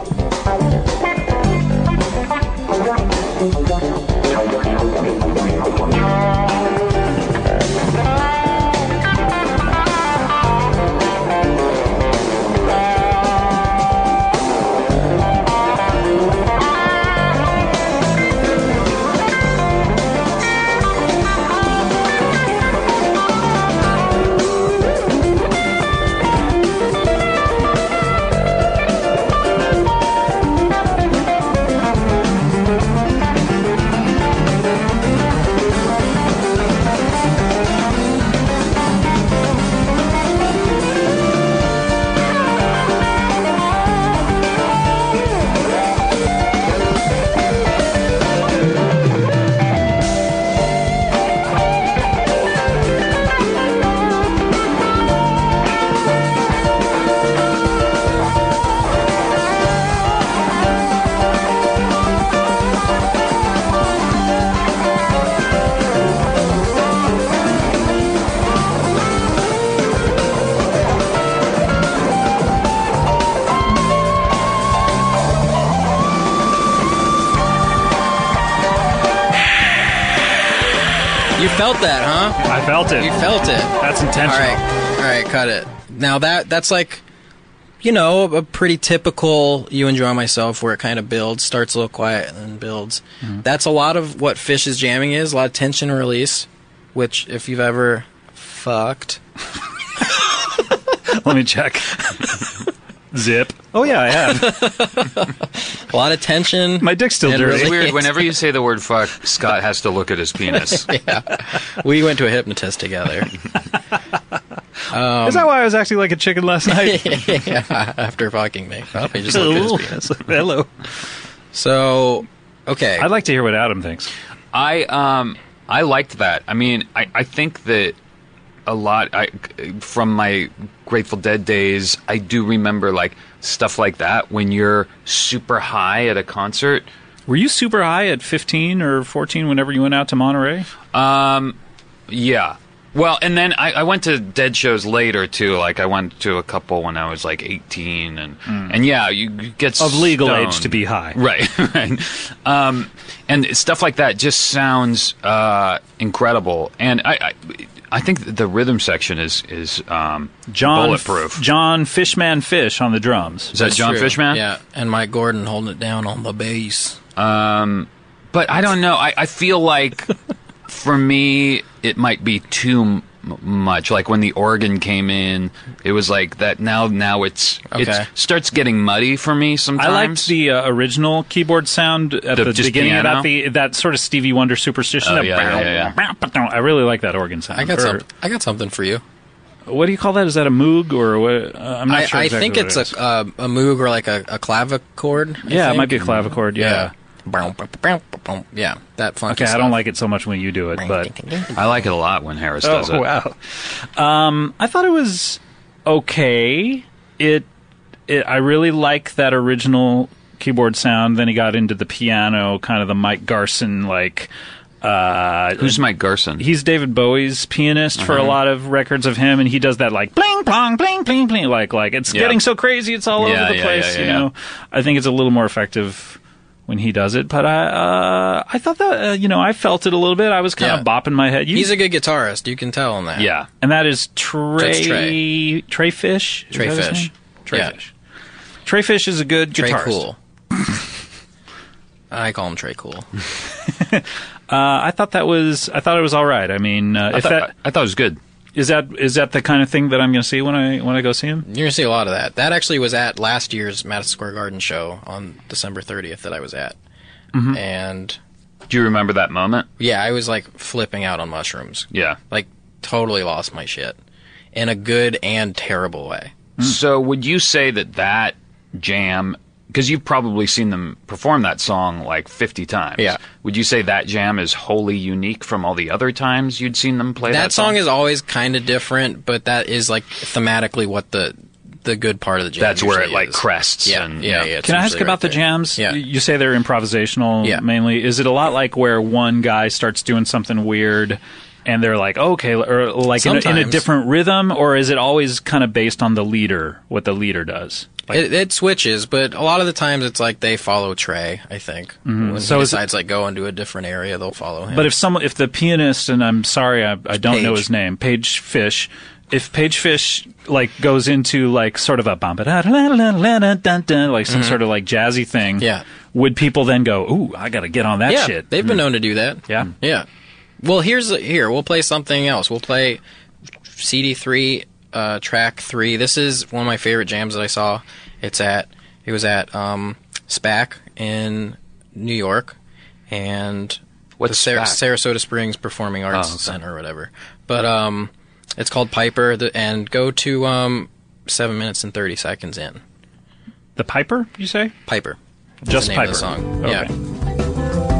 Speaker 2: You felt that, huh?
Speaker 4: I felt it.
Speaker 2: You felt it.
Speaker 4: That's
Speaker 2: All
Speaker 4: intentional.
Speaker 2: right, all right, cut it. Now that that's like, you know, a pretty typical "you enjoy myself" where it kind of builds, starts a little quiet, and then builds.
Speaker 4: Mm-hmm.
Speaker 2: That's a lot of what Fish's jamming is. A lot of tension release, which if you've ever fucked,
Speaker 4: Let me check. Zip. Oh yeah, I have.
Speaker 2: a lot of tension.
Speaker 4: My dick's still
Speaker 2: It
Speaker 4: dirty.
Speaker 3: It's
Speaker 2: really-
Speaker 3: weird. Whenever you say the word fuck, Scott has to look at his penis.
Speaker 2: we went to a hypnotist together um,
Speaker 4: Is that why I was acting like a chicken last night?
Speaker 2: after fucking me. Oh, he just looked at his penis.
Speaker 4: Hello.
Speaker 2: So, okay,
Speaker 4: I'd like to hear what Adam thinks.
Speaker 3: I um I liked that. I mean, I, I think that a lot I from my Grateful Dead days, I do remember like stuff like that when you're super high at a concert.
Speaker 4: Were you super high at 15 or 14 whenever you went out to Monterey?
Speaker 3: Yeah. Well, and then I, I went to dead shows later too. Like I went to a couple when I was like eighteen, and and yeah, you you get
Speaker 4: Hmm. Of legal age
Speaker 3: stoned.
Speaker 4: to be high.
Speaker 3: right? Right. Um, and stuff like that just sounds uh, incredible. And I, I, I think the rhythm section is is um,
Speaker 4: John
Speaker 3: bulletproof.
Speaker 4: John Fishman Fish on the drums.
Speaker 3: is that John
Speaker 2: True.
Speaker 3: Fishman?
Speaker 2: Yeah, and Mike Gordon holding it down on the bass.
Speaker 3: But I don't know. I, I feel like for me, it might be too m- much. Like when the organ came in, it was like that. Now, now it's
Speaker 2: Okay.
Speaker 3: it starts getting muddy for me sometimes.
Speaker 4: I liked the uh, original keyboard sound at the,
Speaker 3: The- just
Speaker 4: beginning
Speaker 3: piano?
Speaker 4: of that, the, that sort of Stevie Wonder superstition.
Speaker 3: Oh,
Speaker 4: that
Speaker 3: yeah, yeah, yeah.
Speaker 4: bow, bow, I really like that organ sound.
Speaker 2: I got some.
Speaker 4: Or-
Speaker 2: I got something for you.
Speaker 4: What do you call that? Is that a moog or what? Uh, I'm not
Speaker 2: I,
Speaker 4: sure.
Speaker 2: I
Speaker 4: exactly
Speaker 2: think
Speaker 4: what
Speaker 2: it's
Speaker 4: it is.
Speaker 2: a, uh, a Moog or like a, a clavichord. I
Speaker 4: yeah, it
Speaker 2: think.
Speaker 4: might be a clavichord. Yeah.
Speaker 2: Yeah, that funky.
Speaker 4: Okay, I
Speaker 2: stuff.
Speaker 4: don't like it so much when you do it, but
Speaker 3: I like it a lot when Harris does
Speaker 4: oh
Speaker 3: it.
Speaker 4: wow, um, I thought it was okay. It, it, I really like that original keyboard sound. Then he got into the piano, kind of the Mike Garson like. Uh,
Speaker 3: Who's Mike Garson?
Speaker 4: he's David Bowie's pianist for a
Speaker 3: Uh-huh.
Speaker 4: lot of records of him, and he does that like bling plong bling bling bling like like it's
Speaker 3: Yeah.
Speaker 4: getting so crazy it's all
Speaker 3: Yeah,
Speaker 4: over the
Speaker 3: yeah,
Speaker 4: place.
Speaker 3: yeah,
Speaker 4: you
Speaker 3: yeah,
Speaker 4: know, I think it's a little more effective when he does it. But I uh, I thought that uh, you know I felt it a little bit. I was kind of
Speaker 2: Yeah.
Speaker 4: bopping my head. You,
Speaker 2: He's a good guitarist. You can tell on that.
Speaker 3: yeah.
Speaker 4: and that is Trey
Speaker 2: That's Trey.
Speaker 4: Trey Fish. Is
Speaker 2: Trey
Speaker 4: that his
Speaker 2: Fish.
Speaker 4: name? Trey
Speaker 2: Yeah.
Speaker 4: Fish. Trey Fish is a good
Speaker 2: Trey
Speaker 4: guitarist.
Speaker 2: Cool. I call him Trey Cool.
Speaker 4: Uh, I thought that was I thought it was all right. I mean, uh,
Speaker 3: I
Speaker 4: if
Speaker 3: thought,
Speaker 4: that
Speaker 3: I thought it was good.
Speaker 4: is that is that the kind of thing that I'm going to see when I when I go see him?
Speaker 2: You're gonna see a lot of that. That actually was at last year's Madison Square Garden show on December 30th that I was at,
Speaker 4: Mm-hmm.
Speaker 2: and
Speaker 3: Do you remember that moment?
Speaker 2: yeah, I was like flipping out on mushrooms.
Speaker 3: Yeah.
Speaker 2: like totally lost my shit in a good and terrible way.
Speaker 3: So would you say that that jam because you've probably seen them perform that song like 50 times.
Speaker 2: Yeah.
Speaker 3: Would you say that jam is wholly unique from all the other times you'd seen them play that,
Speaker 2: That, song is always kind of different, but that is like thematically what the the good part of the jam.
Speaker 3: That's where it
Speaker 2: usually
Speaker 3: like
Speaker 2: is.
Speaker 3: crests
Speaker 2: Yeah,
Speaker 3: and
Speaker 2: yeah, yeah. it's
Speaker 4: Can I ask
Speaker 2: usually
Speaker 4: about
Speaker 2: right
Speaker 4: the
Speaker 2: there.
Speaker 4: jams?
Speaker 2: Yeah.
Speaker 4: Y- You say they're improvisational
Speaker 2: Yeah.
Speaker 4: mainly. Is it a lot like where one guy starts doing something weird and they're like, okay, or like in a, in a
Speaker 2: Sometimes.
Speaker 4: different rhythm, or is it always kind of based on the leader, what the leader does?
Speaker 2: it, it switches, but a lot of the times it's like they follow Trey. I think when
Speaker 4: Mm-hmm. So
Speaker 2: he
Speaker 4: is it-
Speaker 2: decides like go into a different area, they'll follow him.
Speaker 4: But if someone, if the pianist, and I'm sorry, I, I don't know
Speaker 2: Page.
Speaker 4: his name, Page Fish, if Page Fish like goes into like sort of a bum ba da da da da da da da da, like some sort of like jazzy thing,
Speaker 2: Mm-hmm. Yeah.
Speaker 4: would people then go, ooh, I got to get on that
Speaker 2: yeah,
Speaker 4: shit? Mm.
Speaker 2: they've been known to do that. Mm.
Speaker 4: Yeah.
Speaker 2: yeah. Well, here's here we'll play something else. We'll play CD three, uh, track three. This is one of my favorite jams that I saw. It's at it was at um, SPAC in New York, and
Speaker 3: What's
Speaker 2: the Sar-
Speaker 3: SPAC?
Speaker 2: Sarasota Springs Performing Arts
Speaker 3: Oh, okay.
Speaker 2: Center or whatever. But um, it's called Piper, the, and go to um, seven minutes and thirty seconds in
Speaker 4: the Piper, you say?
Speaker 2: Piper. is
Speaker 4: Just
Speaker 2: the name of the
Speaker 4: Piper.
Speaker 2: song.
Speaker 4: Okay.
Speaker 2: Yeah.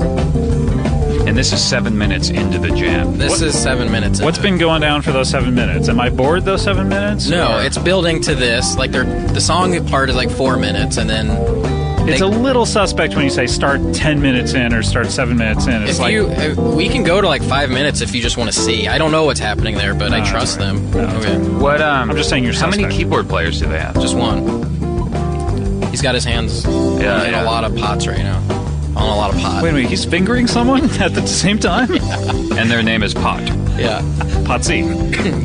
Speaker 3: And this is 7 minutes into the jam.
Speaker 2: This is seven minutes.
Speaker 4: What's
Speaker 2: into it.
Speaker 4: been going down for those seven minutes? Am I bored those seven minutes?
Speaker 2: No,
Speaker 4: Or-
Speaker 2: it's building to this. Like they're the song part is like four minutes, and then
Speaker 4: it's
Speaker 2: they-
Speaker 4: a little suspect when you say start ten minutes in or start seven minutes in. It's
Speaker 2: if
Speaker 4: like
Speaker 2: you uh, we can go to like five minutes if you just want to see. I don't know what's happening there, but I trust them. okay,
Speaker 3: What um
Speaker 4: I'm just saying you're
Speaker 3: How many
Speaker 4: suspect.
Speaker 3: keyboard players do they have?
Speaker 2: just one. He's got his hands
Speaker 3: Yeah,
Speaker 2: in
Speaker 3: yeah.
Speaker 2: a lot of pots right now, on a lot of pots.
Speaker 4: wait a minute, he's fingering someone at the same time.
Speaker 3: And their name is Pot.
Speaker 2: yeah,
Speaker 4: Potsy.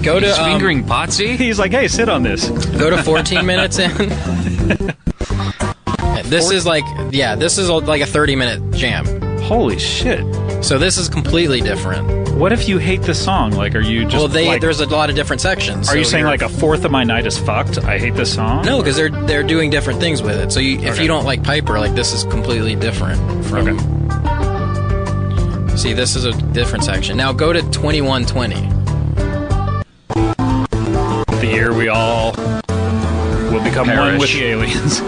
Speaker 2: go to
Speaker 3: He's
Speaker 2: um,
Speaker 3: fingering Potsy?
Speaker 4: He's like, hey, sit on this.
Speaker 2: go to fourteen minutes in. this is like yeah, this is like a thirty minute jam.
Speaker 4: Holy shit.
Speaker 2: So this is completely different.
Speaker 4: What if you hate the song? Like, are you just
Speaker 2: well, they
Speaker 4: like,
Speaker 2: there's a lot of different sections.
Speaker 4: are you
Speaker 2: so
Speaker 4: saying
Speaker 2: you're-
Speaker 4: like a fourth of my night is fucked? I hate this song.
Speaker 2: No, because they're they're doing different things with it. So you, if you don't like Piper, like this is completely different. From,
Speaker 4: Okay.
Speaker 2: See, this is a different section. Now go to twenty one twenty.
Speaker 4: The year we all will become one
Speaker 3: Perish.
Speaker 4: with the aliens.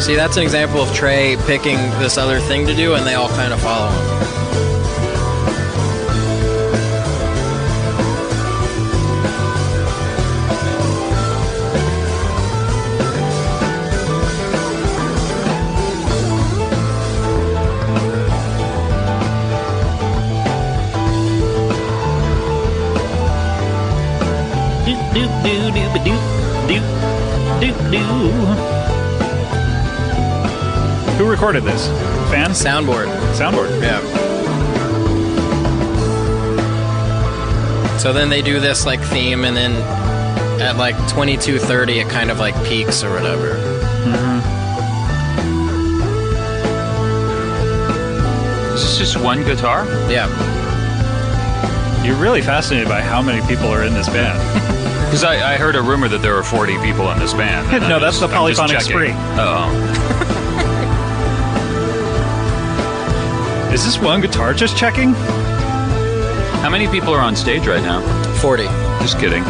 Speaker 2: See, that's an example of Trey picking this other thing to do, and they all kind of follow him.
Speaker 4: Doop, doop, doo, doop, a doop, doop, doop, doo. Who recorded this? Fans?
Speaker 2: Soundboard.
Speaker 4: Soundboard.
Speaker 2: Yeah. So then they do this like theme, and then at like twenty two thirty, it kind of like peaks or whatever.
Speaker 3: Is this just one guitar?
Speaker 2: Yeah.
Speaker 4: You're really fascinated by how many people are in this band.
Speaker 3: Because I, I heard a rumor that there were 40 people in this band. and
Speaker 4: No,
Speaker 3: I'm
Speaker 4: that's
Speaker 3: just- Oh.
Speaker 4: the
Speaker 3: I'm just
Speaker 4: Polyphonic
Speaker 3: checking.
Speaker 4: Spree.
Speaker 3: Oh.
Speaker 4: Is this one guitar just checking?
Speaker 3: How many people are on stage right now?
Speaker 2: 40.
Speaker 3: Just kidding.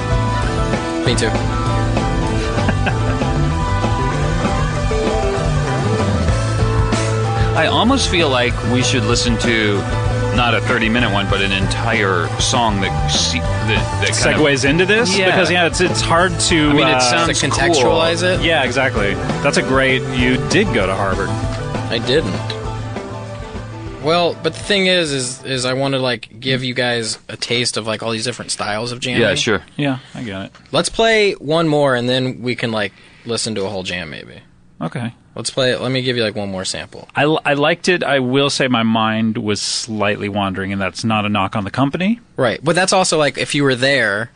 Speaker 2: Me too.
Speaker 3: I almost feel like we should listen to not a 30 minute one, but an entire song that se- that, that kind of-
Speaker 4: Segues into this
Speaker 3: Yeah.
Speaker 4: because yeah, it's it's hard to.
Speaker 3: I mean, it
Speaker 4: uh,
Speaker 3: sounds-
Speaker 2: to
Speaker 3: That's
Speaker 2: contextualize it,
Speaker 4: Yeah, exactly. That's a great. You did go to Harvard.
Speaker 2: I didn't. Well, but the thing is, is is I want to like give you guys a taste of like all these different styles of jamming.
Speaker 3: yeah, sure.
Speaker 4: Yeah, I got it.
Speaker 2: Let's play one more, and then we can like listen to a whole jam maybe.
Speaker 4: Okay.
Speaker 2: Let's play. Let me give you like one more sample.
Speaker 4: I, I liked it. I will say my mind was slightly wandering, and that's not a knock on the company.
Speaker 2: Right, but that's also like if you were there,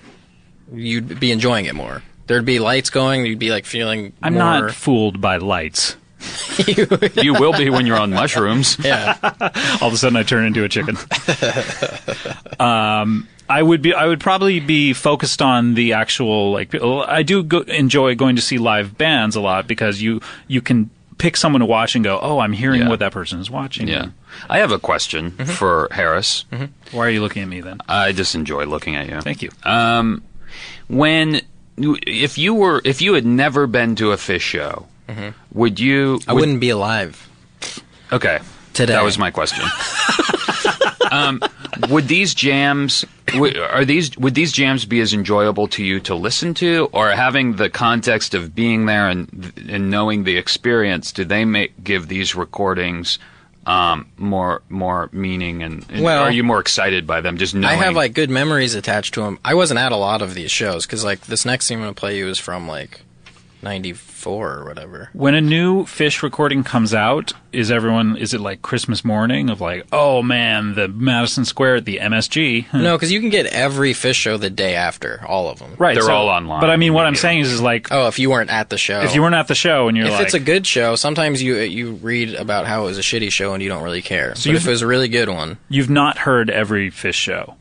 Speaker 2: you'd be enjoying it more. There'd be lights going. You'd be like feeling.
Speaker 4: I'm
Speaker 2: more,
Speaker 4: not fooled by lights.
Speaker 3: You will be when you're on mushrooms.
Speaker 2: Yeah.
Speaker 4: All of a sudden, I turn into a chicken. um, I would be. I would probably be focused on the actual like. I do go, enjoy going to see live bands a lot because you you can pick someone to watch and go, oh, I'm hearing
Speaker 3: Yeah.
Speaker 4: what that person is watching.
Speaker 3: Yeah. I have a question
Speaker 4: Mm-hmm.
Speaker 3: for Harris.
Speaker 4: Why are you looking at me then?
Speaker 3: I just enjoy looking at you.
Speaker 4: Thank you.
Speaker 3: Um, when if you were if you had never been to a fish show,
Speaker 4: Mm-hmm.
Speaker 3: would you?
Speaker 2: I
Speaker 3: would-
Speaker 2: wouldn't be alive.
Speaker 3: Okay.
Speaker 2: Today.
Speaker 3: That was my question. um, would these jams would, are these would these jams be as enjoyable to you to listen to or having the context of being there and and knowing the experience do they make give these recordings um, more more meaning and, and
Speaker 2: Well-
Speaker 3: are you more excited by them just
Speaker 2: I
Speaker 3: knowing
Speaker 2: have like good memories attached to them. I wasn't at a lot of these shows because like this next thing I'm gonna play you is from like '94 or whatever.
Speaker 4: When a new fish recording comes out, is everyone is it like Christmas morning of like, oh man, the Madison Square at the MSG?
Speaker 2: No, because you can get every fish show the day after all of them.
Speaker 4: right,
Speaker 3: They're
Speaker 4: so-
Speaker 3: all online.
Speaker 4: But I mean, what I'm
Speaker 3: Yeah.
Speaker 4: saying is, is like,
Speaker 2: Oh, if you weren't at the show,
Speaker 4: if you weren't at the show and you're
Speaker 2: if
Speaker 4: like,
Speaker 2: it's a good show, sometimes you uh, you read about how it was a shitty show and you don't really care. So but
Speaker 4: you've-
Speaker 2: if it was a really good one,
Speaker 4: you've not heard every fish show.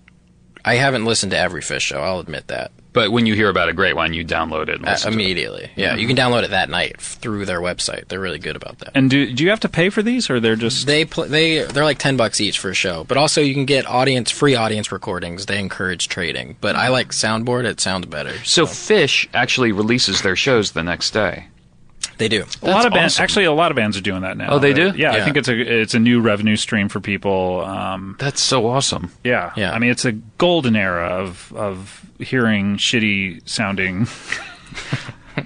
Speaker 2: I haven't listened to every fish show. I'll admit that
Speaker 3: but when you hear about a great one you download it and
Speaker 2: uh,
Speaker 3: listen to it.
Speaker 2: immediately.
Speaker 4: Mm-hmm.
Speaker 2: Yeah, you can download it that night f- through their website. They're really good about that.
Speaker 4: And do do you have to pay for these, or they're just
Speaker 2: They pl- they they're like ten bucks each for a show, but also you can get audience free audience recordings. They encourage trading, but I like soundboard. It sounds better.
Speaker 3: so fish actually releases their shows the next day
Speaker 2: They do.
Speaker 4: a lot of bands?
Speaker 3: awesome.
Speaker 4: Actually, a lot of bands are doing that now.
Speaker 3: Oh, they
Speaker 4: They're-
Speaker 3: do?
Speaker 4: Yeah, I
Speaker 2: Yeah.
Speaker 4: think it's a it's a new revenue stream for people. Um,
Speaker 3: that's so awesome
Speaker 4: yeah,
Speaker 2: Yeah.
Speaker 4: I mean, it's a golden era of of hearing shitty sounding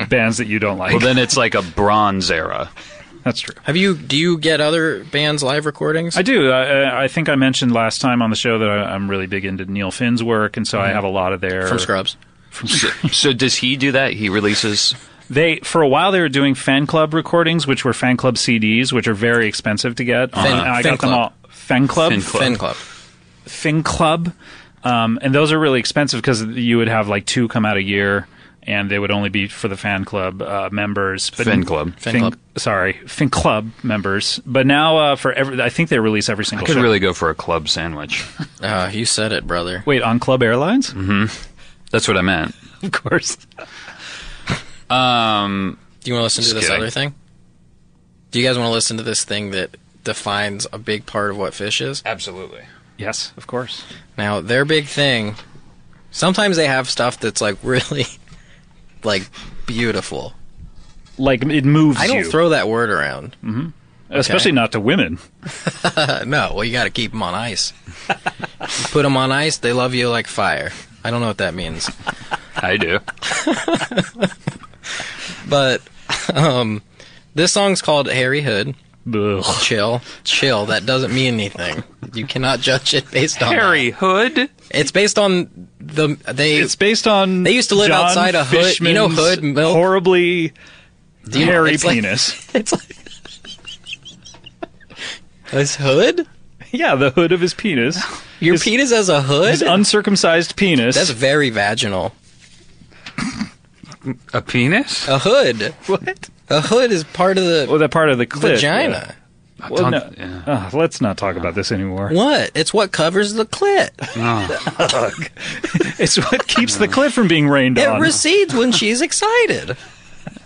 Speaker 4: bands that you don't like.
Speaker 3: well then it's like a bronze era
Speaker 4: That's true.
Speaker 2: Have you? Do you get other bands live recordings?
Speaker 4: I do. I, I think I mentioned last time on the show that I, I'm really big into Neil Finn's work, and so
Speaker 3: Mm-hmm.
Speaker 4: I have a lot of their
Speaker 2: from Scrubs.
Speaker 4: From
Speaker 3: So, so does he do that? He releases.
Speaker 4: They for a while they were doing fan club recordings, which were fan club CDs, which are very expensive to get.
Speaker 2: Fan-
Speaker 4: And I
Speaker 2: fan
Speaker 4: got them
Speaker 2: club.
Speaker 4: all. Fan club,
Speaker 3: Fan club.
Speaker 2: Fan Club.
Speaker 4: Fin club, um, and those are really expensive because you would have like two come out a year, and they would only be for the fan club uh, members. But
Speaker 3: Fin club.
Speaker 4: Fin,
Speaker 2: Fin club.
Speaker 4: Sorry, fin club members. But now uh, for every, I think they release every
Speaker 3: I
Speaker 4: single.
Speaker 3: could
Speaker 4: show.
Speaker 3: really go for a club sandwich.
Speaker 2: Uh, you said it, brother.
Speaker 4: wait on Club Airlines,
Speaker 3: Mm-hmm. That's what I meant.
Speaker 4: of course.
Speaker 3: Um,
Speaker 2: Do you want to listen to
Speaker 3: Just
Speaker 2: this
Speaker 3: kidding.
Speaker 2: other thing? Do you guys want to listen to this thing that defines a big part of what fish is?
Speaker 3: Absolutely.
Speaker 4: Yes, of course.
Speaker 2: Now, their big thing, sometimes they have stuff that's like really like beautiful.
Speaker 4: Like it moves
Speaker 2: I don't
Speaker 4: you,
Speaker 2: throw that word around.
Speaker 3: Mm.
Speaker 4: especially not to women.
Speaker 2: Uh, no, well, you got to keep them on ice. you put them on ice, they love you like fire. I don't know what that means.
Speaker 3: I do.
Speaker 2: But um, this song's called Harry Hood.
Speaker 4: Ugh.
Speaker 2: Chill. Chill. That doesn't mean anything. You cannot judge it based on that.
Speaker 3: Hood.
Speaker 2: It's based on the they.
Speaker 4: It's based on.
Speaker 2: They used to live
Speaker 4: John
Speaker 2: outside a hood- you know,
Speaker 4: Fishman's
Speaker 2: hood milk?
Speaker 4: horribly
Speaker 2: you know,
Speaker 4: hairy
Speaker 2: it's like-
Speaker 4: penis.
Speaker 2: it's like this hood.
Speaker 4: yeah, the hood of his penis,
Speaker 2: Your
Speaker 4: His-
Speaker 2: penis has a hood.
Speaker 4: his uncircumcised penis.
Speaker 2: That's very vaginal.
Speaker 3: A penis?
Speaker 2: A hood.
Speaker 4: what?
Speaker 2: A hood is part of the
Speaker 4: Well, that part of the clit.
Speaker 2: vagina.
Speaker 4: yeah. Well,
Speaker 3: Don't-
Speaker 4: no.
Speaker 3: yeah.
Speaker 4: Ugh, let's not talk about this anymore.
Speaker 2: What? It's what covers the clit.
Speaker 4: It's what keeps the clit from being rained
Speaker 2: It
Speaker 4: on.
Speaker 2: recedes when she's excited.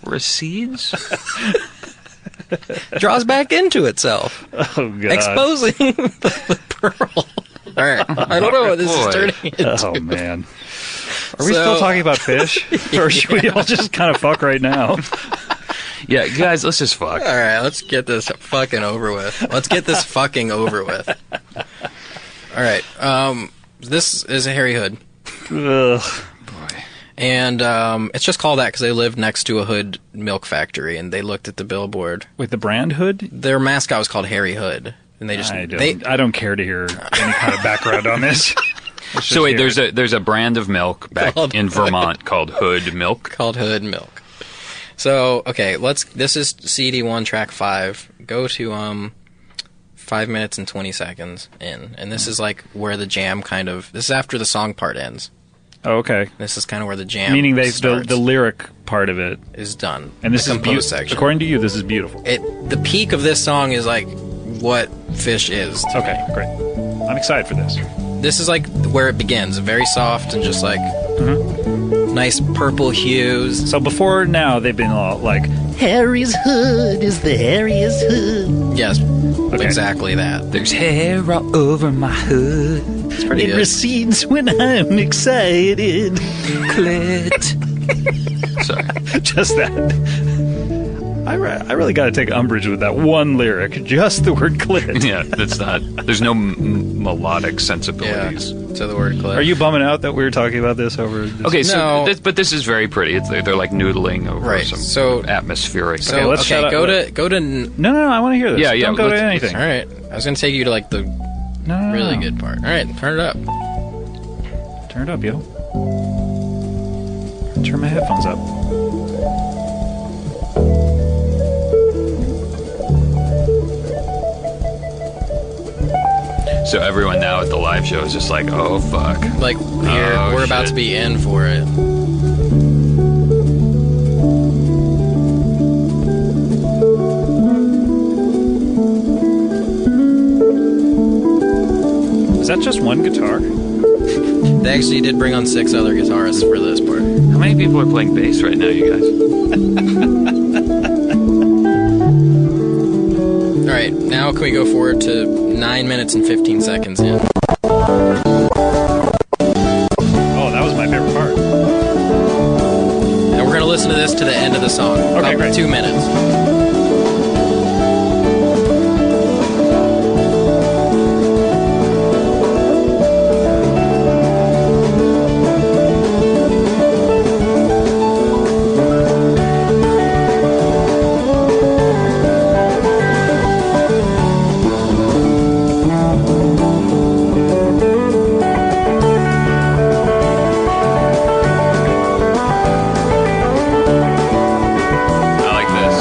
Speaker 3: Recedes.
Speaker 2: draws back into itself,
Speaker 4: Oh god.
Speaker 2: exposing the, the pearl. All right, I don't know what this
Speaker 3: Boy.
Speaker 2: is turning into.
Speaker 4: Oh man. Are we
Speaker 2: So-
Speaker 4: still talking about fish? Or should we all just kind of fuck right now?
Speaker 3: Yeah, guys, let's just fuck.
Speaker 2: All right, let's get this fucking over with. Let's get this fucking over with. All right, um, this is a Harry Hood,
Speaker 4: Ugh.
Speaker 2: and um, it's just called that because they lived next to a Hood milk factory, and they looked at the billboard.
Speaker 4: With the brand hood?
Speaker 2: Their mascot was called Harry Hood, and they just
Speaker 4: I don't
Speaker 2: they
Speaker 4: I don't care to hear any kind of background on this.
Speaker 3: So wait, there's a there's a brand of milk back
Speaker 2: Called
Speaker 3: in Vermont called Hood Milk.
Speaker 2: called Hood Milk. So okay, let's. This is CD one track five. Go to um, five minutes and twenty seconds in, and this is like where the jam kind of. This is after the song part ends.
Speaker 4: Oh, okay.
Speaker 2: This is kind of where the jam
Speaker 4: Meaning they the,
Speaker 2: starts,
Speaker 4: the lyric part of it.
Speaker 2: is done.
Speaker 4: And this
Speaker 2: the
Speaker 4: is
Speaker 2: composed
Speaker 4: beautiful.
Speaker 2: section.
Speaker 4: According to you, this is beautiful.
Speaker 2: it the peak of this song is like what fish is.
Speaker 4: Okay, great. I'm excited for this.
Speaker 2: This is like where it begins, very soft and just like
Speaker 4: Mm-hmm.
Speaker 2: nice purple hues.
Speaker 4: So before now, they've been all like,
Speaker 5: Harry's hood is the hairiest hood.
Speaker 2: Yes, exactly that.
Speaker 3: There's hair all over my hood.
Speaker 2: It's pretty
Speaker 5: It
Speaker 2: good.
Speaker 5: recedes when I'm excited.
Speaker 3: Clit. Sorry.
Speaker 4: just that. I, re- I really got to take umbrage with that one lyric, just the word clit.
Speaker 3: Yeah, that's not. There's no m- m- melodic
Speaker 2: yeah,
Speaker 3: sensibilities.
Speaker 2: to the word clip.
Speaker 4: Are you bumming out that we were talking about this over? This?
Speaker 3: Okay, so
Speaker 2: No.
Speaker 3: this, but this is very pretty. It's, they're, they're like noodling over
Speaker 2: Right,
Speaker 3: some
Speaker 2: so-
Speaker 3: atmospheric.
Speaker 2: So,
Speaker 4: Okay,
Speaker 2: okay,
Speaker 4: let's shut up.
Speaker 2: go to go to. n-
Speaker 4: No, no, no. I want to hear this.
Speaker 3: Yeah, yeah,
Speaker 4: Don't go to
Speaker 3: let's-
Speaker 4: anything.
Speaker 2: All right, I was gonna take you to like the
Speaker 4: No, no, no,
Speaker 2: really
Speaker 4: no.
Speaker 2: good part. All right, turn it up.
Speaker 4: Turn it up, yo. Turn my headphones up.
Speaker 3: so everyone now at the live show is just like, oh fuck.
Speaker 2: Like we're
Speaker 3: Oh,
Speaker 2: we're about
Speaker 3: shit.
Speaker 2: to be in for it.
Speaker 4: Is that just one guitar?
Speaker 2: They actually did bring on six other guitarists for this part.
Speaker 3: How many people are playing bass right now, you guys?
Speaker 2: All right, now can we go forward to nine minutes and fifteen seconds in?
Speaker 4: Oh, that was my favorite part.
Speaker 2: And we're gonna listen to this to the end of the song. about
Speaker 4: great.
Speaker 2: Two minutes.
Speaker 3: I like this.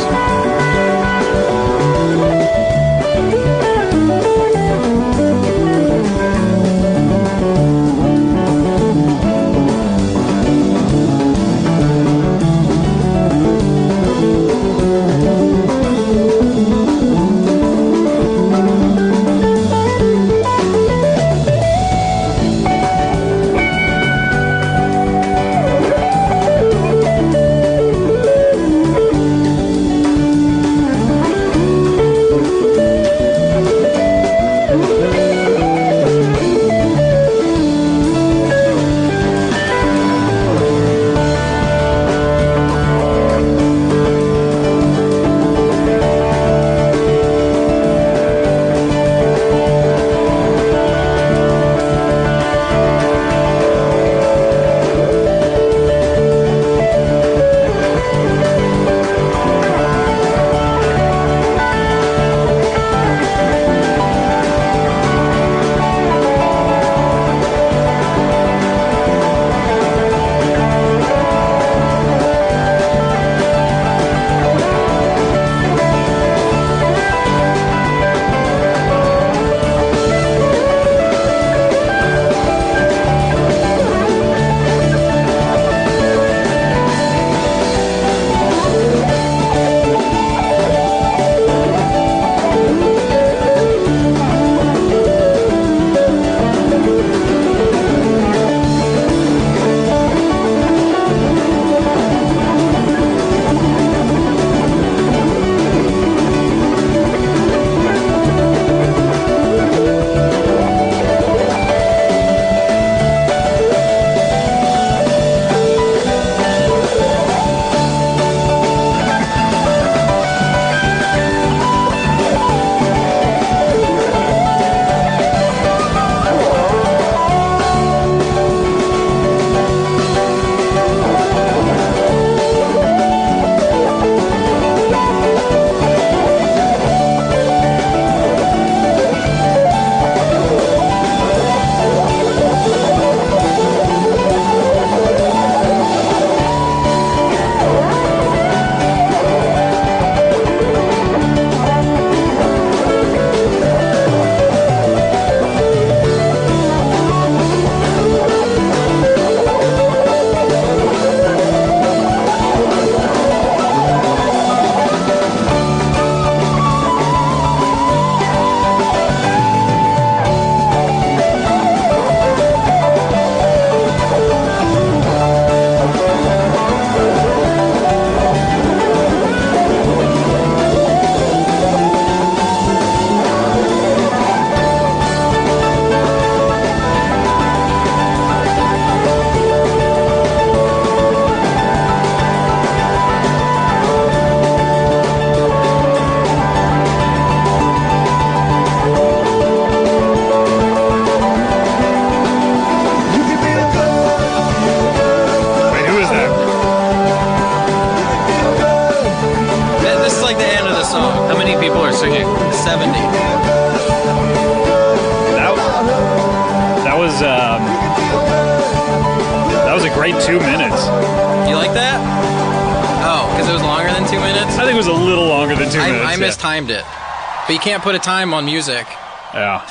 Speaker 3: people are singing?
Speaker 2: 70.
Speaker 6: That, that was um, that was a great two minutes.
Speaker 2: You like that? Oh, because it was longer than two minutes?
Speaker 6: I think it was a little longer than two
Speaker 2: I,
Speaker 6: minutes.
Speaker 2: I
Speaker 6: yeah.
Speaker 2: mistimed it. But you can't put a time on music.
Speaker 6: Yeah.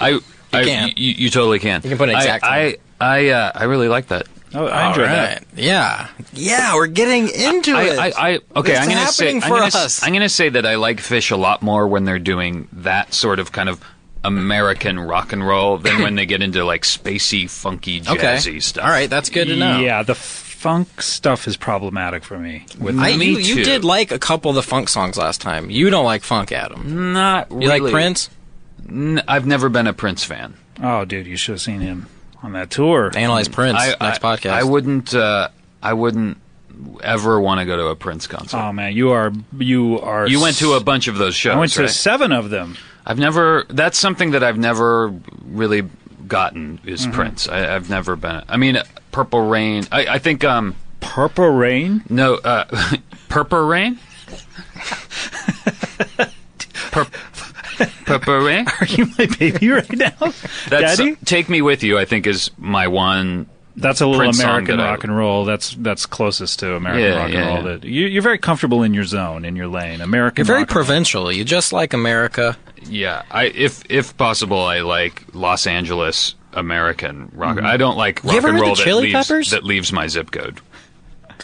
Speaker 3: I, you I,
Speaker 2: can.
Speaker 3: You, you totally can.
Speaker 2: You can put an exact
Speaker 3: I, I, I, uh, I really like that.
Speaker 6: Oh, I enjoyed that.
Speaker 2: Yeah. Yeah, we're getting into it.
Speaker 3: I, I, I okay.
Speaker 2: It's
Speaker 3: I'm gonna say
Speaker 2: happening
Speaker 3: I'm
Speaker 2: for
Speaker 3: gonna, s-
Speaker 2: us.
Speaker 3: I'm gonna say that I like Fish a lot more when they're doing that sort of kind of American rock and roll than when they get into like spacey, funky,
Speaker 2: okay.
Speaker 3: jazzy stuff.
Speaker 2: All right, that's good to know.
Speaker 4: Yeah, the funk stuff is problematic for me. With
Speaker 2: I,
Speaker 3: Me
Speaker 2: you, you
Speaker 3: too.
Speaker 2: did like a couple of the funk songs last time. You don't like funk, Adam.
Speaker 3: not
Speaker 2: You
Speaker 3: really.
Speaker 2: like Prince?
Speaker 3: N- I've never been a Prince fan.
Speaker 4: oh, dude, you should have seen him on that tour.
Speaker 2: Analyze Prince
Speaker 3: I,
Speaker 2: next
Speaker 3: I,
Speaker 2: podcast.
Speaker 3: I wouldn't. Uh, I wouldn't ever want to go to a Prince concert.
Speaker 4: Oh man, you are you are.
Speaker 3: you went to a bunch of those shows.
Speaker 4: I went to
Speaker 3: right?
Speaker 4: seven of them.
Speaker 3: I've never. That's something that I've never really gotten is
Speaker 2: Mm-hmm.
Speaker 3: Prince. I, I've never been. I mean, Purple Rain. I, I think. Um,
Speaker 4: Purple Rain.
Speaker 3: no, uh, Purple Rain. Pur- Purple Rain.
Speaker 4: Are you my baby right now,
Speaker 3: That's
Speaker 4: Daddy?
Speaker 3: Take Me with You. I think is my one.
Speaker 4: That's a little
Speaker 3: Prince song
Speaker 4: American
Speaker 3: that I-
Speaker 4: rock and roll. That's that's closest to American
Speaker 3: Yeah,
Speaker 4: rock and
Speaker 3: yeah,
Speaker 4: roll.
Speaker 3: yeah.
Speaker 4: That you, you're very comfortable in your zone, in your lane. American.
Speaker 2: You're very
Speaker 4: rock and roll.
Speaker 2: provincial. You just like America.
Speaker 3: Yeah. I if if possible, I like Los Angeles American rock. I don't like rock
Speaker 2: Mm-hmm. ever
Speaker 3: and
Speaker 2: heard
Speaker 3: roll
Speaker 2: the
Speaker 3: that
Speaker 2: Chili
Speaker 3: leaves
Speaker 2: Peppers?
Speaker 3: that leaves my zip code.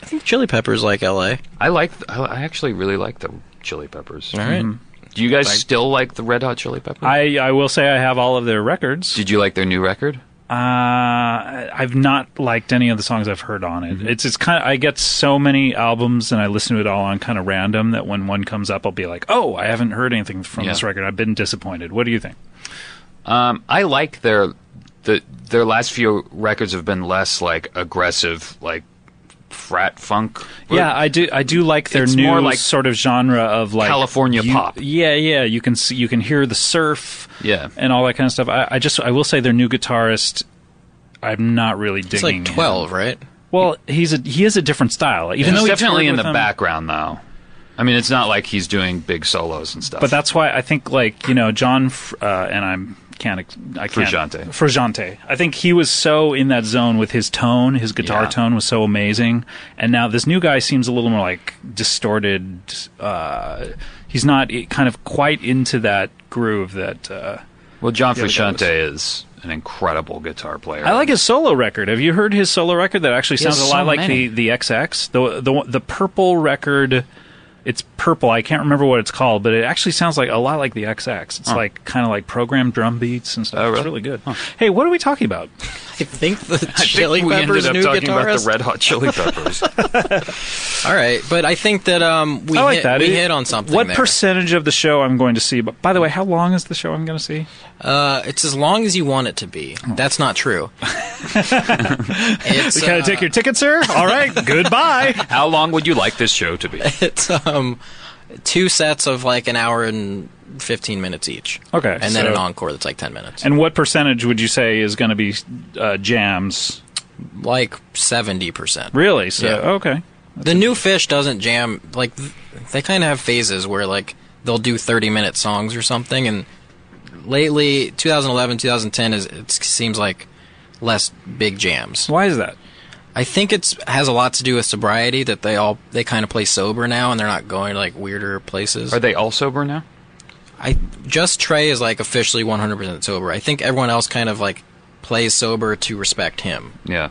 Speaker 2: I think Chili Peppers like LA.
Speaker 3: I like. I I actually really like the Chili Peppers.
Speaker 2: All right.
Speaker 3: Do you guys still like the Red Hot Chili Peppers?
Speaker 4: I, I will say I have all of their records.
Speaker 3: Did you like their new record?
Speaker 4: Uh, I've not liked any of the songs I've heard on it.
Speaker 3: Mm-hmm.
Speaker 4: It's it's kind of I get so many albums and I listen to it all on kind of random that when one comes up I'll be like, "Oh, I haven't heard anything from
Speaker 3: Yeah.
Speaker 4: this record. I've been disappointed." What do you think?
Speaker 3: Um, I like their the their last few records have been less like aggressive, like frat funk.
Speaker 4: yeah, I do I do like their
Speaker 3: It's
Speaker 4: new
Speaker 3: more like
Speaker 4: sort of genre of like
Speaker 3: California
Speaker 4: you-
Speaker 3: pop.
Speaker 4: Yeah, yeah, you can see, you can hear the surf
Speaker 3: Yeah.
Speaker 4: and all that kind of stuff. I, I just I will say their new guitarist I'm not really
Speaker 2: It's
Speaker 4: digging.
Speaker 2: like
Speaker 4: him.
Speaker 2: 12, right?
Speaker 4: Well, he's a he is a different style. Even
Speaker 3: It's
Speaker 4: though he
Speaker 3: definitely
Speaker 4: toured
Speaker 3: in
Speaker 4: with
Speaker 3: the
Speaker 4: them-
Speaker 3: background though. I mean, it's not like he's doing big solos and stuff.
Speaker 4: But that's why I think, like you know, John F- uh, and I'm can't ex- I can't
Speaker 3: Frusciante.
Speaker 4: Frusciante. I think he was so in that zone with his tone. His guitar
Speaker 3: Yeah.
Speaker 4: tone was so amazing, and now this new guy seems a little more like distorted. Uh, he's not i- kind of quite into that groove that. Uh,
Speaker 3: well, John
Speaker 4: Yeah, the guy was-
Speaker 3: Frusciante is an incredible guitar player.
Speaker 4: I like his solo record. Have you heard his solo record? That actually
Speaker 3: has
Speaker 4: sounds a
Speaker 3: so
Speaker 4: lot like
Speaker 3: many.
Speaker 4: the the XX, the the one- the purple record. It's purple. I can't remember what it's called, but it actually sounds like a lot like the XX. It's like kind of like programmed drum beats and stuff.
Speaker 3: Oh,
Speaker 4: It's
Speaker 3: really?
Speaker 4: really good. Hey, what are we talking about?
Speaker 2: I think the
Speaker 3: I think
Speaker 2: Chili
Speaker 3: we
Speaker 2: Peppers
Speaker 3: ended up
Speaker 2: new
Speaker 3: talking about
Speaker 2: guitarist.
Speaker 3: the Red Hot Chili Peppers.
Speaker 2: All right, but I think that um we
Speaker 4: I like
Speaker 2: hit,
Speaker 4: that.
Speaker 2: we
Speaker 4: It-
Speaker 2: hit on something.
Speaker 4: What
Speaker 2: there.
Speaker 4: percentage of the show I'm going to see? But by the way, how long is the show I'm going to see?
Speaker 2: Uh, it's as long as you want it to be. That's not true. it's,
Speaker 4: Can I
Speaker 2: uh,
Speaker 4: take your ticket, sir? All right, goodbye.
Speaker 3: How long would you like this show to be?
Speaker 2: it's um two sets of like an hour and fifteen minutes each.
Speaker 4: Okay,
Speaker 2: and then
Speaker 4: so-
Speaker 2: an encore that's like ten minutes.
Speaker 4: And what percentage would you say is going to be uh, jams?
Speaker 2: like seventy percent.
Speaker 4: Really? So
Speaker 2: Yeah.
Speaker 4: okay.
Speaker 2: The new fish doesn't jam. Like th- they kind of have phases where like they'll do thirty minute songs or something. And lately, 2011, 2010 is it seems like less big jams.
Speaker 4: Why is that?
Speaker 2: I think it's has a lot to do with sobriety that they all they kind of play sober now and they're not going to like weirder places.
Speaker 3: Are they all sober now?
Speaker 2: I just Trey is like officially 100% sober. I think everyone else kind of like plays sober to respect him.
Speaker 3: Yeah.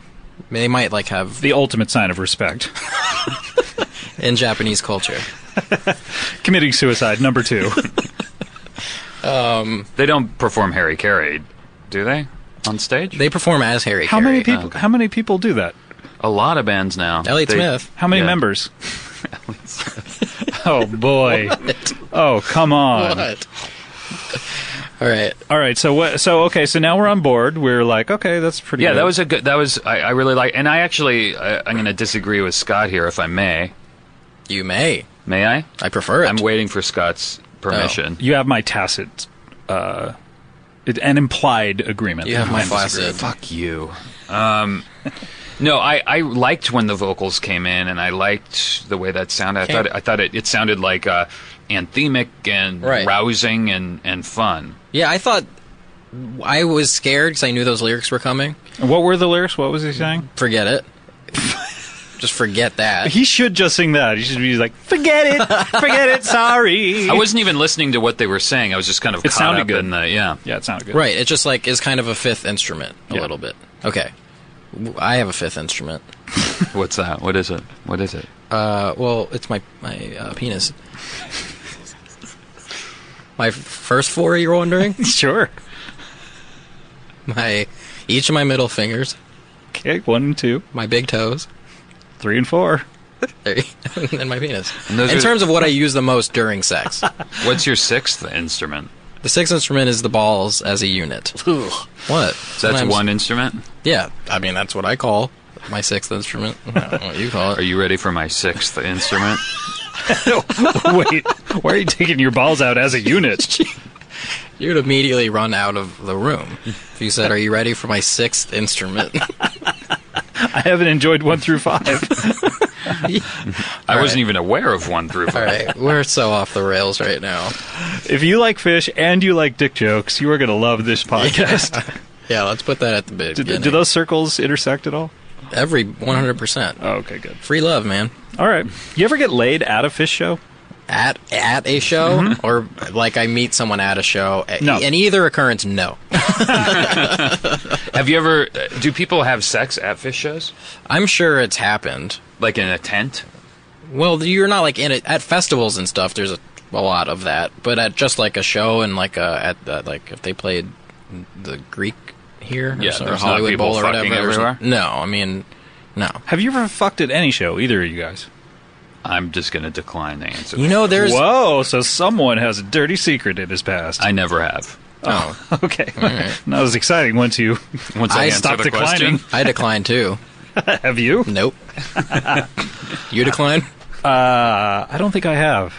Speaker 2: They might like have
Speaker 4: The ultimate sign of respect.
Speaker 2: in Japanese culture.
Speaker 4: committing suicide number two
Speaker 3: They don't perform Harry Carey, do they? On stage?
Speaker 2: They perform as Harry
Speaker 4: how many
Speaker 2: Carey.
Speaker 4: people how many people do that
Speaker 3: a lot of bands now.
Speaker 2: Elliot
Speaker 3: They-
Speaker 2: Smith.
Speaker 4: how many
Speaker 3: Yeah.
Speaker 4: members oh boy oh come on
Speaker 2: What? all right.
Speaker 4: all right so what so okay so now we're on board we're like okay that's pretty
Speaker 3: Yeah,
Speaker 4: good.
Speaker 3: that was a good. That was I, I really like, and I actually I, I'm going to disagree with Scott here, if I may.
Speaker 2: You may.
Speaker 3: May I?
Speaker 2: I prefer it.
Speaker 3: I'm waiting for Scott's permission.
Speaker 4: you have my tacit uh it, an implied agreement
Speaker 2: you have my
Speaker 4: I disagree.
Speaker 2: flaccid.
Speaker 3: Fuck you. Um, no, I, I liked when the vocals came in, and I liked the way that sounded. I thought it, I thought it, it sounded like uh, anthemic and
Speaker 2: Right.
Speaker 3: rousing and, and fun.
Speaker 2: Yeah, I thought I was scared because I knew those lyrics were coming.
Speaker 4: And what were the lyrics? What was he saying?
Speaker 2: Forget it. Just forget that.
Speaker 4: He should just sing that. He should be like, forget it, forget it, sorry.
Speaker 3: I wasn't even listening to what they were saying. I was just kind of
Speaker 4: It
Speaker 3: caught
Speaker 4: sounded
Speaker 3: up
Speaker 4: good.
Speaker 3: in the yeah.
Speaker 4: yeah, it sounded good.
Speaker 2: Right. It just like is kind of a fifth instrument a
Speaker 4: Yeah.
Speaker 2: little bit. Okay. W- I have a fifth instrument.
Speaker 3: What's that? What is it? What is it?
Speaker 2: Uh, well, it's my my uh, penis. my first four, you're wondering.
Speaker 4: Sure.
Speaker 2: My each of my middle fingers,
Speaker 4: Okay, one, two,
Speaker 2: my big toes,
Speaker 4: three, and four.
Speaker 2: there you- and my penis.
Speaker 3: And those
Speaker 2: In
Speaker 3: are-
Speaker 2: terms of what I use the most during sex,
Speaker 3: What's your sixth instrument?
Speaker 2: the sixth instrument is the balls as a unit. What?
Speaker 3: So that's
Speaker 2: Sometimes-
Speaker 3: one instrument.
Speaker 2: Yeah, I mean that's what I call my sixth instrument. I don't know what you call
Speaker 3: Are
Speaker 2: it?
Speaker 3: you ready for my sixth instrument?
Speaker 4: Wait, why are you taking your balls out as a unit?
Speaker 2: You would immediately run out of the room if you said, "Are you ready for my sixth instrument?"
Speaker 4: I haven't enjoyed one through five.
Speaker 3: I wasn't even aware of one through
Speaker 2: All
Speaker 3: five.
Speaker 2: right, we're so off the rails right now.
Speaker 4: If you like fish and you like dick jokes, you are going to love this podcast.
Speaker 2: Yeah, let's put that at the
Speaker 4: do,
Speaker 2: beginning.
Speaker 4: do those circles intersect at all?
Speaker 2: Every 100%.
Speaker 4: Oh, okay, good.
Speaker 2: Free love, man.
Speaker 4: All right. You ever get laid at a fish show?
Speaker 2: At at a show or like I meet someone at a show.
Speaker 4: Mm-hmm. No.
Speaker 2: In either occurrence, no.
Speaker 3: Have you ever? uh, Do people have sex at fish shows?
Speaker 2: I'm sure it's happened.
Speaker 3: Like in a tent?
Speaker 2: Well, you're not like in it at festivals and stuff. There's a, a lot of that, but at just like a show and like a, at the, like if they played the Greek here or,
Speaker 3: Yeah,
Speaker 2: so- or
Speaker 3: there's not
Speaker 2: Hollywood
Speaker 3: people
Speaker 2: Bowl or
Speaker 3: fucking
Speaker 2: whatever. there's-
Speaker 3: everywhere?
Speaker 2: No, I mean, no.
Speaker 4: Have you ever fucked at any show, either of you guys?
Speaker 3: I'm just going to decline the answer.
Speaker 2: You know, there's
Speaker 4: Whoa, so someone has a dirty secret in his past.
Speaker 3: I never have.
Speaker 2: oh,
Speaker 4: okay. that was exciting once you
Speaker 3: Once
Speaker 2: I
Speaker 3: I, answer
Speaker 2: stopped
Speaker 3: the
Speaker 4: declining.
Speaker 3: question,
Speaker 2: I decline too.
Speaker 4: have you.
Speaker 2: Nope. you decline?
Speaker 4: Uh, I don't think I have.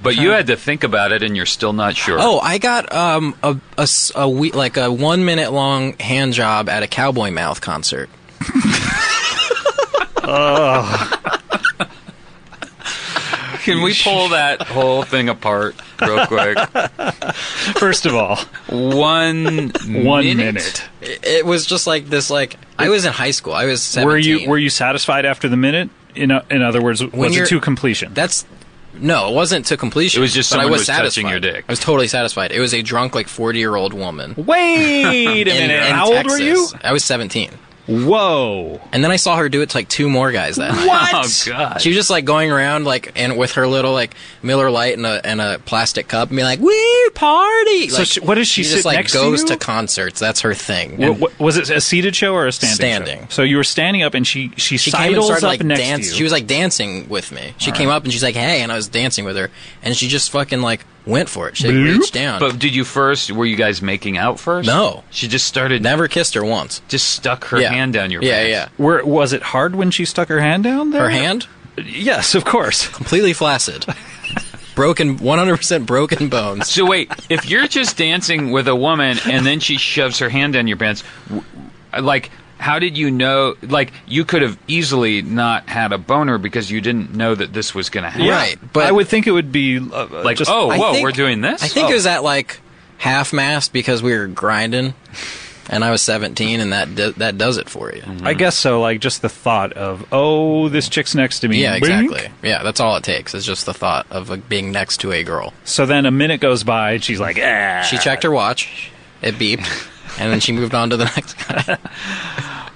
Speaker 3: but you had to think about it, and you're still not sure.
Speaker 2: Oh, I got um a a s- a we- like a one minute long hand job at a Cowboy Mouth concert.
Speaker 3: can we pull that whole thing apart real quick?
Speaker 4: First of all,
Speaker 3: One
Speaker 4: one
Speaker 3: minute?
Speaker 4: minute.
Speaker 2: It, it was just like this. Like I was in high school. I was 17.
Speaker 4: Were you were you satisfied after the minute? In o- in other words, was
Speaker 2: you're-
Speaker 4: it to completion?
Speaker 2: That's no, it wasn't to completion.
Speaker 3: It was just
Speaker 2: but I
Speaker 3: someone
Speaker 2: was,
Speaker 3: was
Speaker 2: satisfied.
Speaker 3: touching your dick.
Speaker 2: I was totally satisfied. It was a drunk, like forty year old woman.
Speaker 4: Wait a
Speaker 2: in-
Speaker 4: minute.
Speaker 2: in
Speaker 4: How old were you?
Speaker 2: Texas. I was seventeen,
Speaker 4: Whoa.
Speaker 2: and then I saw her do it to like two more guys that night.
Speaker 3: Oh God!
Speaker 2: She was just like going around like and with her little like Miller Light and a and a plastic cup and be like, "We party!"
Speaker 4: So
Speaker 2: Like,
Speaker 4: she- what does she
Speaker 2: just
Speaker 4: sit
Speaker 2: like
Speaker 4: next to
Speaker 2: goes
Speaker 4: you?
Speaker 2: to concerts. That's her thing.
Speaker 4: Wa- wa- was it a seated show or a standing? Show?
Speaker 2: Standing.
Speaker 4: So you were standing up, and she she,
Speaker 2: she came and
Speaker 4: sidles
Speaker 2: started
Speaker 4: up
Speaker 2: like
Speaker 4: next
Speaker 2: dance.
Speaker 4: to you.
Speaker 2: She was like dancing with me. She came up and she's like, "Hey," and I was dancing with her, and she just fucking like went for it. She like,
Speaker 4: Bloop.
Speaker 2: reached down.
Speaker 3: But did you first? Were you guys making out first?
Speaker 2: No.
Speaker 3: She just started.
Speaker 2: Never kissed her once.
Speaker 3: Just stuck her
Speaker 2: Yeah.
Speaker 3: hand down your.
Speaker 2: Yeah,
Speaker 3: pants.
Speaker 2: yeah.
Speaker 4: Were, was it hard when she stuck her hand down there?
Speaker 2: Her hand
Speaker 4: Yes, of course.
Speaker 2: completely flaccid, broken, one hundred percent broken bones.
Speaker 3: So wait, if you're just dancing with a woman and then she shoves her hand down your pants, w- like how did you know? Like you could have easily not had a boner because you didn't know that this was going to happen.
Speaker 2: Yeah. Right, but-
Speaker 4: I would think it would be uh,
Speaker 3: Like
Speaker 4: just,
Speaker 3: oh
Speaker 2: I
Speaker 3: whoa,
Speaker 2: think-
Speaker 3: we're doing this.
Speaker 2: I think
Speaker 3: Oh.
Speaker 2: it was at like half mast because we were grinding, and I was seventeen, and that do- that does it for you.
Speaker 4: I guess so. Like just the thought of oh, this chick's next to me.
Speaker 2: Yeah,
Speaker 4: Boink.
Speaker 2: exactly. Yeah, that's all it takes. It's just the thought of like, being next to a girl.
Speaker 4: So then a minute goes by, and she's like, ah.
Speaker 2: She checked her watch, it beeped, and then she moved on to the next guy.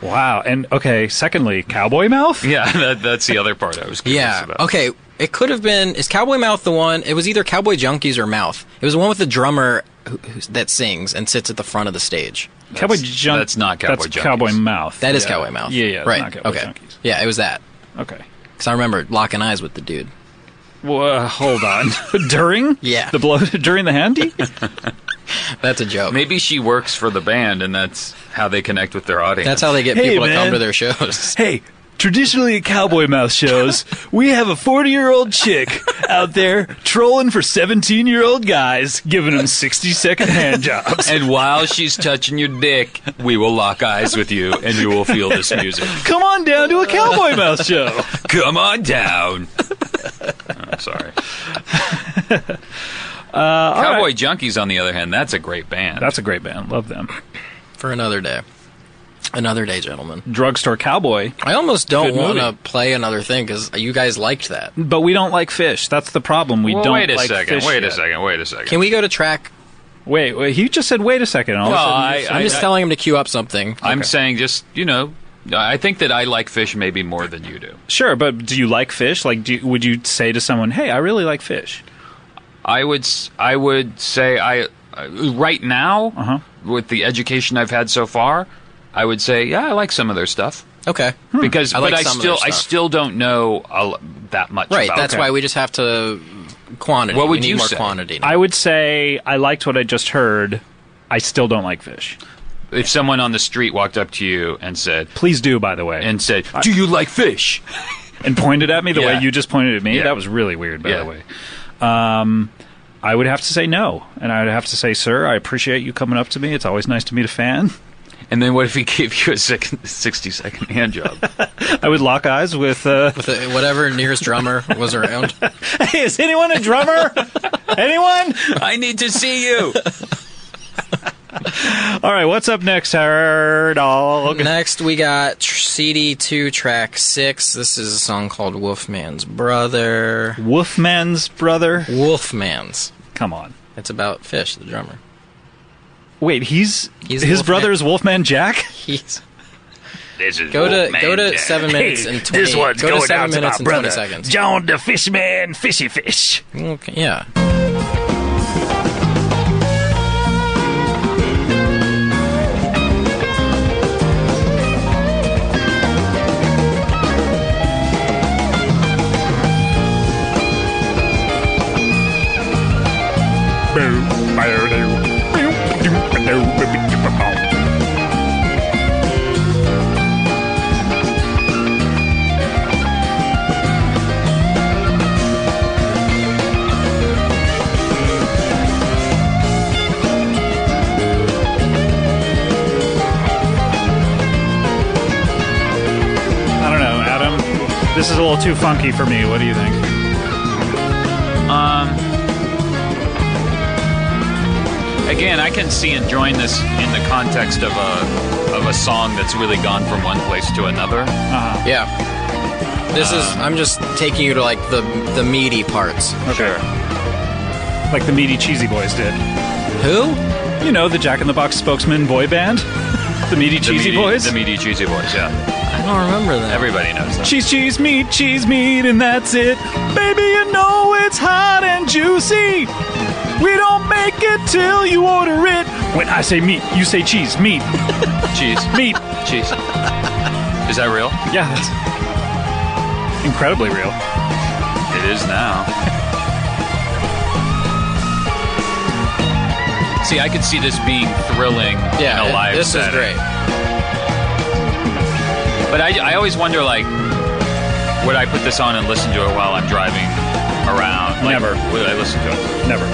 Speaker 4: Wow. And okay. Secondly, cowboy mouth.
Speaker 3: Yeah, that, that's the other part I was. Curious
Speaker 2: Yeah.
Speaker 3: About.
Speaker 2: Okay. It could have been. Is Cowboy Mouth the one? It was either Cowboy Junkies or Mouth. It was the one with the drummer who, who, that sings and sits at the front of the stage.
Speaker 4: Cowboy
Speaker 3: That's-
Speaker 4: junk.
Speaker 3: that's not Cowboy
Speaker 4: That's
Speaker 3: Junkies.
Speaker 4: cowboy mouth.
Speaker 2: That is
Speaker 4: Yeah.
Speaker 2: Cowboy Mouth.
Speaker 4: Yeah, yeah. it's
Speaker 2: Right.
Speaker 4: Not cowboy
Speaker 2: okay.
Speaker 4: Junkies.
Speaker 2: Yeah, it was that.
Speaker 4: Okay.
Speaker 2: Because I remember locking eyes with the dude.
Speaker 4: Well, uh, hold on. during
Speaker 2: Yeah.
Speaker 4: the blow during the handy.
Speaker 2: That's a joke.
Speaker 3: Maybe she works for the band, and that's how they connect with their audience.
Speaker 2: That's how they get
Speaker 4: Hey,
Speaker 2: people to come
Speaker 4: man.
Speaker 2: to their shows.
Speaker 4: hey, traditionally at cowboy mouth shows, we have a 40 year old chick out there trolling for 17 year old guys, giving them 60 second hand jobs.
Speaker 3: And while she's touching your dick, we will lock eyes with you, and you will feel this music.
Speaker 4: Come on down to a cowboy mouth show.
Speaker 3: Come on down. Oh, sorry.
Speaker 2: Uh,
Speaker 3: Cowboy Junkies, on the other hand, that's a great band.
Speaker 4: That's a great band. Love them.
Speaker 2: for another day. Another day, gentlemen.
Speaker 3: Mm.
Speaker 4: Drugstore Cowboy.
Speaker 2: I almost
Speaker 4: Good
Speaker 2: don't want
Speaker 4: movie.
Speaker 2: to play another thing because you guys liked that.
Speaker 4: But we don't like fish. That's the problem. We
Speaker 3: Well,
Speaker 4: don't
Speaker 3: wait a
Speaker 4: like
Speaker 3: second.
Speaker 4: fish
Speaker 3: Wait
Speaker 4: yet.
Speaker 3: a second. Wait a second.
Speaker 2: Can we go to track?
Speaker 4: Wait, wait, he just said wait a second. and all of a
Speaker 3: Well,
Speaker 4: sudden you
Speaker 3: I,
Speaker 4: just-
Speaker 2: I'm
Speaker 3: I-
Speaker 2: just
Speaker 3: I-
Speaker 2: telling him to queue up something.
Speaker 3: I'm saying just you know, I think that I like fish maybe more than you do.
Speaker 4: sure, but do you like fish? Like, do you, would you say to someone, "Hey, I really like fish"?
Speaker 3: I would s- I would say I uh, right now
Speaker 4: Uh-huh.
Speaker 3: with the education I've had so far, I would say yeah I like some of their stuff
Speaker 2: Okay.
Speaker 3: because
Speaker 2: I Hmm. like
Speaker 3: but I
Speaker 2: some of
Speaker 3: still
Speaker 2: their
Speaker 3: I
Speaker 2: stuff.
Speaker 3: still don't know a l that much.
Speaker 2: Right.
Speaker 3: about
Speaker 2: That's
Speaker 3: it.
Speaker 2: why we just have to quantity.
Speaker 3: What
Speaker 2: we
Speaker 3: would
Speaker 2: need
Speaker 3: you
Speaker 2: more
Speaker 3: say?
Speaker 2: quantity. now.
Speaker 4: I would say I liked what I just heard. I still don't like fish.
Speaker 3: if someone on the street walked up to you and said
Speaker 4: Please do, by the way,
Speaker 3: and said do you like fish?
Speaker 4: and pointed at me the way
Speaker 3: Yeah.
Speaker 4: you just pointed at me.
Speaker 3: Yeah.
Speaker 4: That was really weird, by
Speaker 3: Yeah.
Speaker 4: the way. Um, I would have to say no, and I would have to say, sir, I appreciate you coming up to me. It's always nice to meet a fan.
Speaker 3: And then what if he gave you a second, 60 second hand job?
Speaker 4: I would lock eyes with. Uh,
Speaker 2: With the- whatever nearest drummer was around.
Speaker 4: hey, is anyone a drummer? anyone?
Speaker 3: I need to see you.
Speaker 4: All right, what's up next, Herd Dog?
Speaker 2: Next, we got tr- CD2 track six. This is a song called Wolfman's Brother.
Speaker 4: Wolfman's brother.
Speaker 2: Wolfman's.
Speaker 4: Come on.
Speaker 2: It's about Fish, the drummer.
Speaker 4: Wait, he's,
Speaker 2: He's
Speaker 4: his
Speaker 2: Wolfman.
Speaker 4: brother is Wolfman Jack.
Speaker 2: He's
Speaker 6: This is
Speaker 2: go to go to seven minutes and twenty. go to seven minutes and twenty seconds.
Speaker 6: John the Fishman, Fishy Fish.
Speaker 2: Okay, yeah.
Speaker 4: I don't know, Adam. This is a little too funky for me. What do you think?
Speaker 3: Again, I can see enjoying this in the context of a of a song that's really gone from one place to another.
Speaker 2: Yeah. This is I'm just taking you to like the the meaty parts.
Speaker 3: Sure.
Speaker 4: Like the meaty cheesy boys did.
Speaker 2: Who?
Speaker 4: You know, the Jack in the Box spokesman boy band? the meaty
Speaker 3: The
Speaker 4: cheesy
Speaker 3: meaty,
Speaker 4: boys?
Speaker 3: The meaty cheesy boys, yeah.
Speaker 2: I don't remember that.
Speaker 3: Everybody knows that.
Speaker 4: cheese, cheese, meat, cheese, meat, and that's it. Baby, you know it's hot and juicy. We don't make it till you order it. When I say meat, you say cheese, meat,
Speaker 3: Cheese.
Speaker 4: meat.
Speaker 3: Cheese. Is that real?
Speaker 4: Yeah, that's incredibly real.
Speaker 3: It is now. See, I could see this being thrilling
Speaker 2: yeah,
Speaker 3: in a
Speaker 2: it-
Speaker 3: live
Speaker 2: this
Speaker 3: setting.
Speaker 2: is great.
Speaker 3: But I, I always wonder, like, would I put this on and listen to it while I'm driving around? Like,
Speaker 4: Never.
Speaker 3: Would I listen to it?
Speaker 4: Never.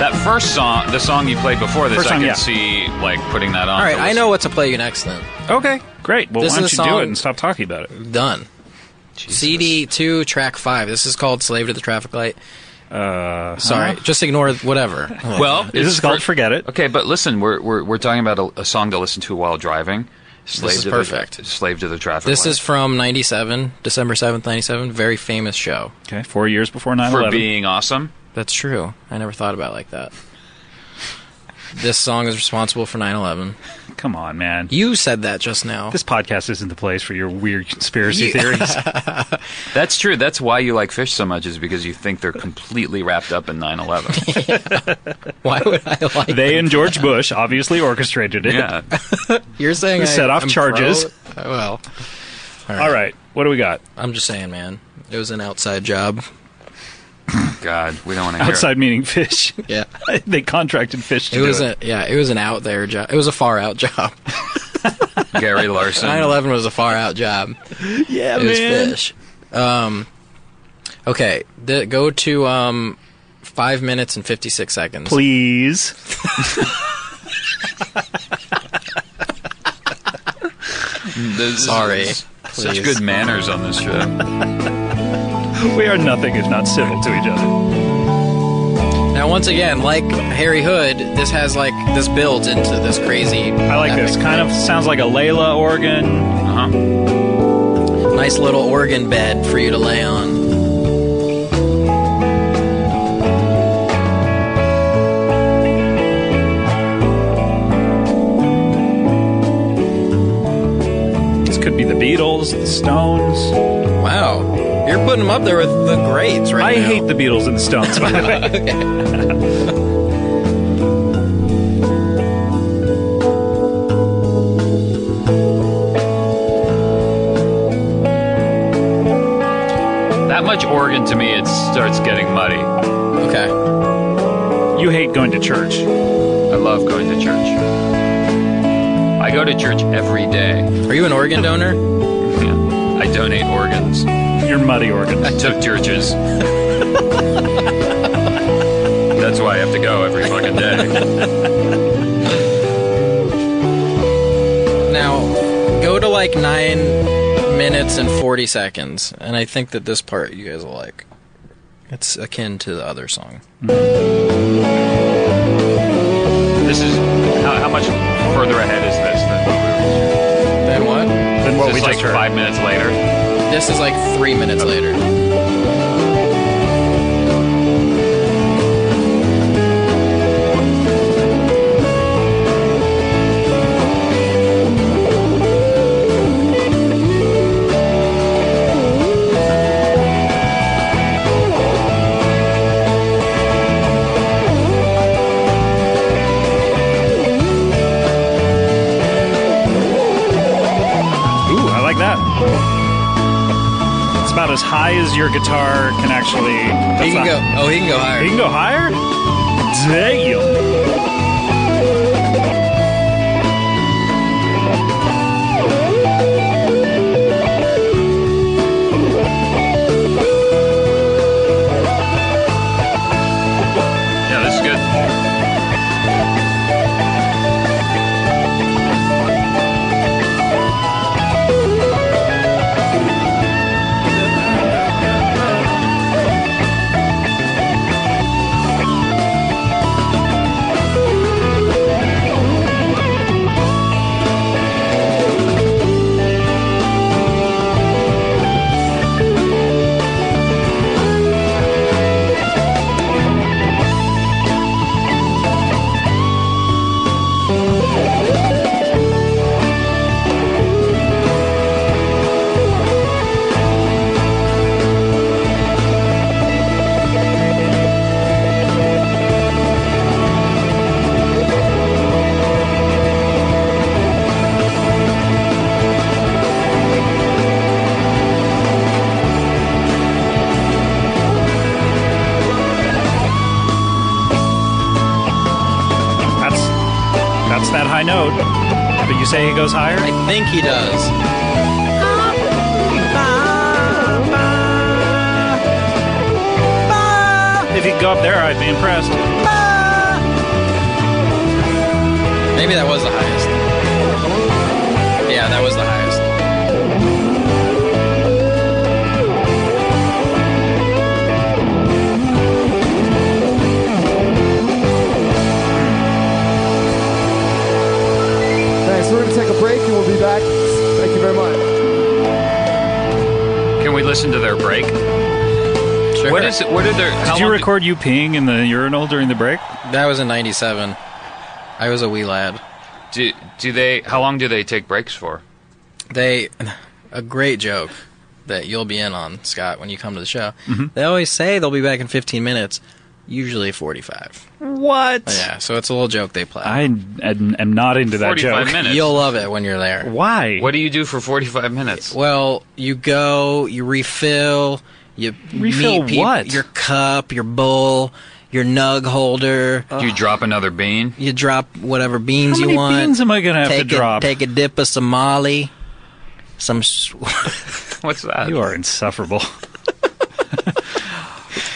Speaker 3: That first song, the song you played before this,
Speaker 4: First
Speaker 3: I
Speaker 4: song,
Speaker 3: can
Speaker 4: yeah.
Speaker 3: see like putting that on.
Speaker 2: All right,
Speaker 3: to
Speaker 2: I
Speaker 3: listen.
Speaker 2: know what to play you next then.
Speaker 4: Okay, great. Well,
Speaker 2: This
Speaker 4: why don't
Speaker 2: is
Speaker 4: you
Speaker 2: a
Speaker 4: do
Speaker 2: song-
Speaker 4: it and stop talking about it?
Speaker 2: Done. CD2 track 5. This is called Slave to the Traffic Light. Uh, Sorry, just ignore whatever.
Speaker 3: Well, it's
Speaker 4: Is this called Forget It?
Speaker 3: Okay, but listen, we're we're, we're talking about a, a song to listen to while driving. Slave
Speaker 2: is
Speaker 3: to The,
Speaker 2: perfect.
Speaker 3: slave to the traffic.
Speaker 2: This
Speaker 3: light.
Speaker 2: is from 97, December 7th, 97. Very famous show.
Speaker 4: Okay, four years before 9
Speaker 3: for
Speaker 4: 11.
Speaker 3: being awesome.
Speaker 2: That's true. I never thought about it like that. This song is responsible for 9 11.
Speaker 4: Come on, man.
Speaker 2: You said that just now.
Speaker 4: This podcast isn't the place for your weird conspiracy theories.
Speaker 3: That's true. That's why you like fish so much is because you think they're completely wrapped up in 9/11.
Speaker 2: Why would I like
Speaker 4: they and George Bush obviously orchestrated it.
Speaker 3: yeah.
Speaker 2: You're saying I,
Speaker 4: Set off
Speaker 2: I'm
Speaker 4: charges.
Speaker 2: pro- Uh, well,
Speaker 4: All right, what do we got?
Speaker 2: I'm just saying, man. It was an outside job.
Speaker 3: God, we don't want to hear. it.
Speaker 4: Outside meaning fish.
Speaker 2: Yeah.
Speaker 4: they contracted fish to
Speaker 2: It
Speaker 4: do
Speaker 2: was
Speaker 4: it.
Speaker 2: a yeah, it was an out there job. It was a far out job.
Speaker 3: Gary Larson.
Speaker 2: 9/11 was a far out job.
Speaker 4: yeah,
Speaker 2: It was fish. Um, okay, the, go to um, five minutes and fifty six seconds.
Speaker 4: Please.
Speaker 3: This is-
Speaker 2: Sorry.
Speaker 3: Such
Speaker 2: Please.
Speaker 3: good manners on this show.
Speaker 4: We are nothing if not civil to each other.
Speaker 2: Now, once again, like Harry Hood, this has like this builds into this crazy.
Speaker 4: I like this. Kind of sounds like a Layla organ.
Speaker 3: Uh-huh.
Speaker 2: nice little organ bed for you to lay on.
Speaker 4: This could be the Beatles, the Stones.
Speaker 2: Wow, you're putting them up there with the greats,
Speaker 4: I
Speaker 2: right? now.
Speaker 4: hate the Beatles and the Stones, by the way.
Speaker 3: That much organ to me, it starts getting muddy. I
Speaker 2: Okay,
Speaker 4: You hate going to church.
Speaker 3: love going to church. I go to church every day.
Speaker 2: are you an organ donor?
Speaker 3: Yeah. I donate organs
Speaker 4: You're muddy organs.
Speaker 3: to churches. That's why I have to go every fucking day.
Speaker 2: Now, go to like nine minutes and forty seconds, and I think that this part you guys will like. It's akin to the other song.
Speaker 3: This is how, how much further ahead is this than what we were?
Speaker 2: Then what?
Speaker 4: Than what we
Speaker 3: Just
Speaker 4: just
Speaker 3: like
Speaker 4: heard.
Speaker 3: five minutes later.
Speaker 2: This is like three minutes later.
Speaker 4: Ooh, I like that. It's about as high as your guitar can actually.
Speaker 2: He can go. Oh, he can go higher.
Speaker 4: You can go higher. Damn.
Speaker 3: Yeah, this is good.
Speaker 4: That's that's that high note. But you say it goes higher?
Speaker 2: I think he does.
Speaker 4: If you could go up there, I'd be impressed.
Speaker 2: Maybe that was the highest. Yeah, that was the highest.
Speaker 7: Thanks. We're going to take a break and we'll be back. Thank you very much.
Speaker 3: Can we listen to their break?
Speaker 2: Sure.
Speaker 3: What is it? What are their? how
Speaker 4: Did you
Speaker 3: long-
Speaker 4: record you peeing in the urinal during the break?
Speaker 2: That was in '97. I was a wee lad.
Speaker 3: Do, do they? How long do they take breaks for?
Speaker 2: They, a great joke that you'll be in on, Scott, when you come to the show. They always say they'll be back in 15 minutes, usually 45.
Speaker 4: What?
Speaker 2: Yeah, so it's a little joke they play.
Speaker 4: I am, am not into that
Speaker 3: Forty-five
Speaker 4: joke.
Speaker 3: minutes.
Speaker 2: You'll uh, love it when you're there.
Speaker 4: Why?
Speaker 3: What do you do for forty-five minutes?
Speaker 2: Well, you go, you refill, you
Speaker 4: Refill
Speaker 2: meet peop-
Speaker 4: what?
Speaker 2: Your cup, your bowl, your nug holder.
Speaker 3: Do you drop another bean?
Speaker 2: You drop whatever beans
Speaker 4: How many
Speaker 2: you want.
Speaker 4: beans am I gonna have to
Speaker 2: take a,
Speaker 4: drop?
Speaker 2: Take a dip of Somali. Some. s-
Speaker 3: What's that?
Speaker 4: You are insufferable.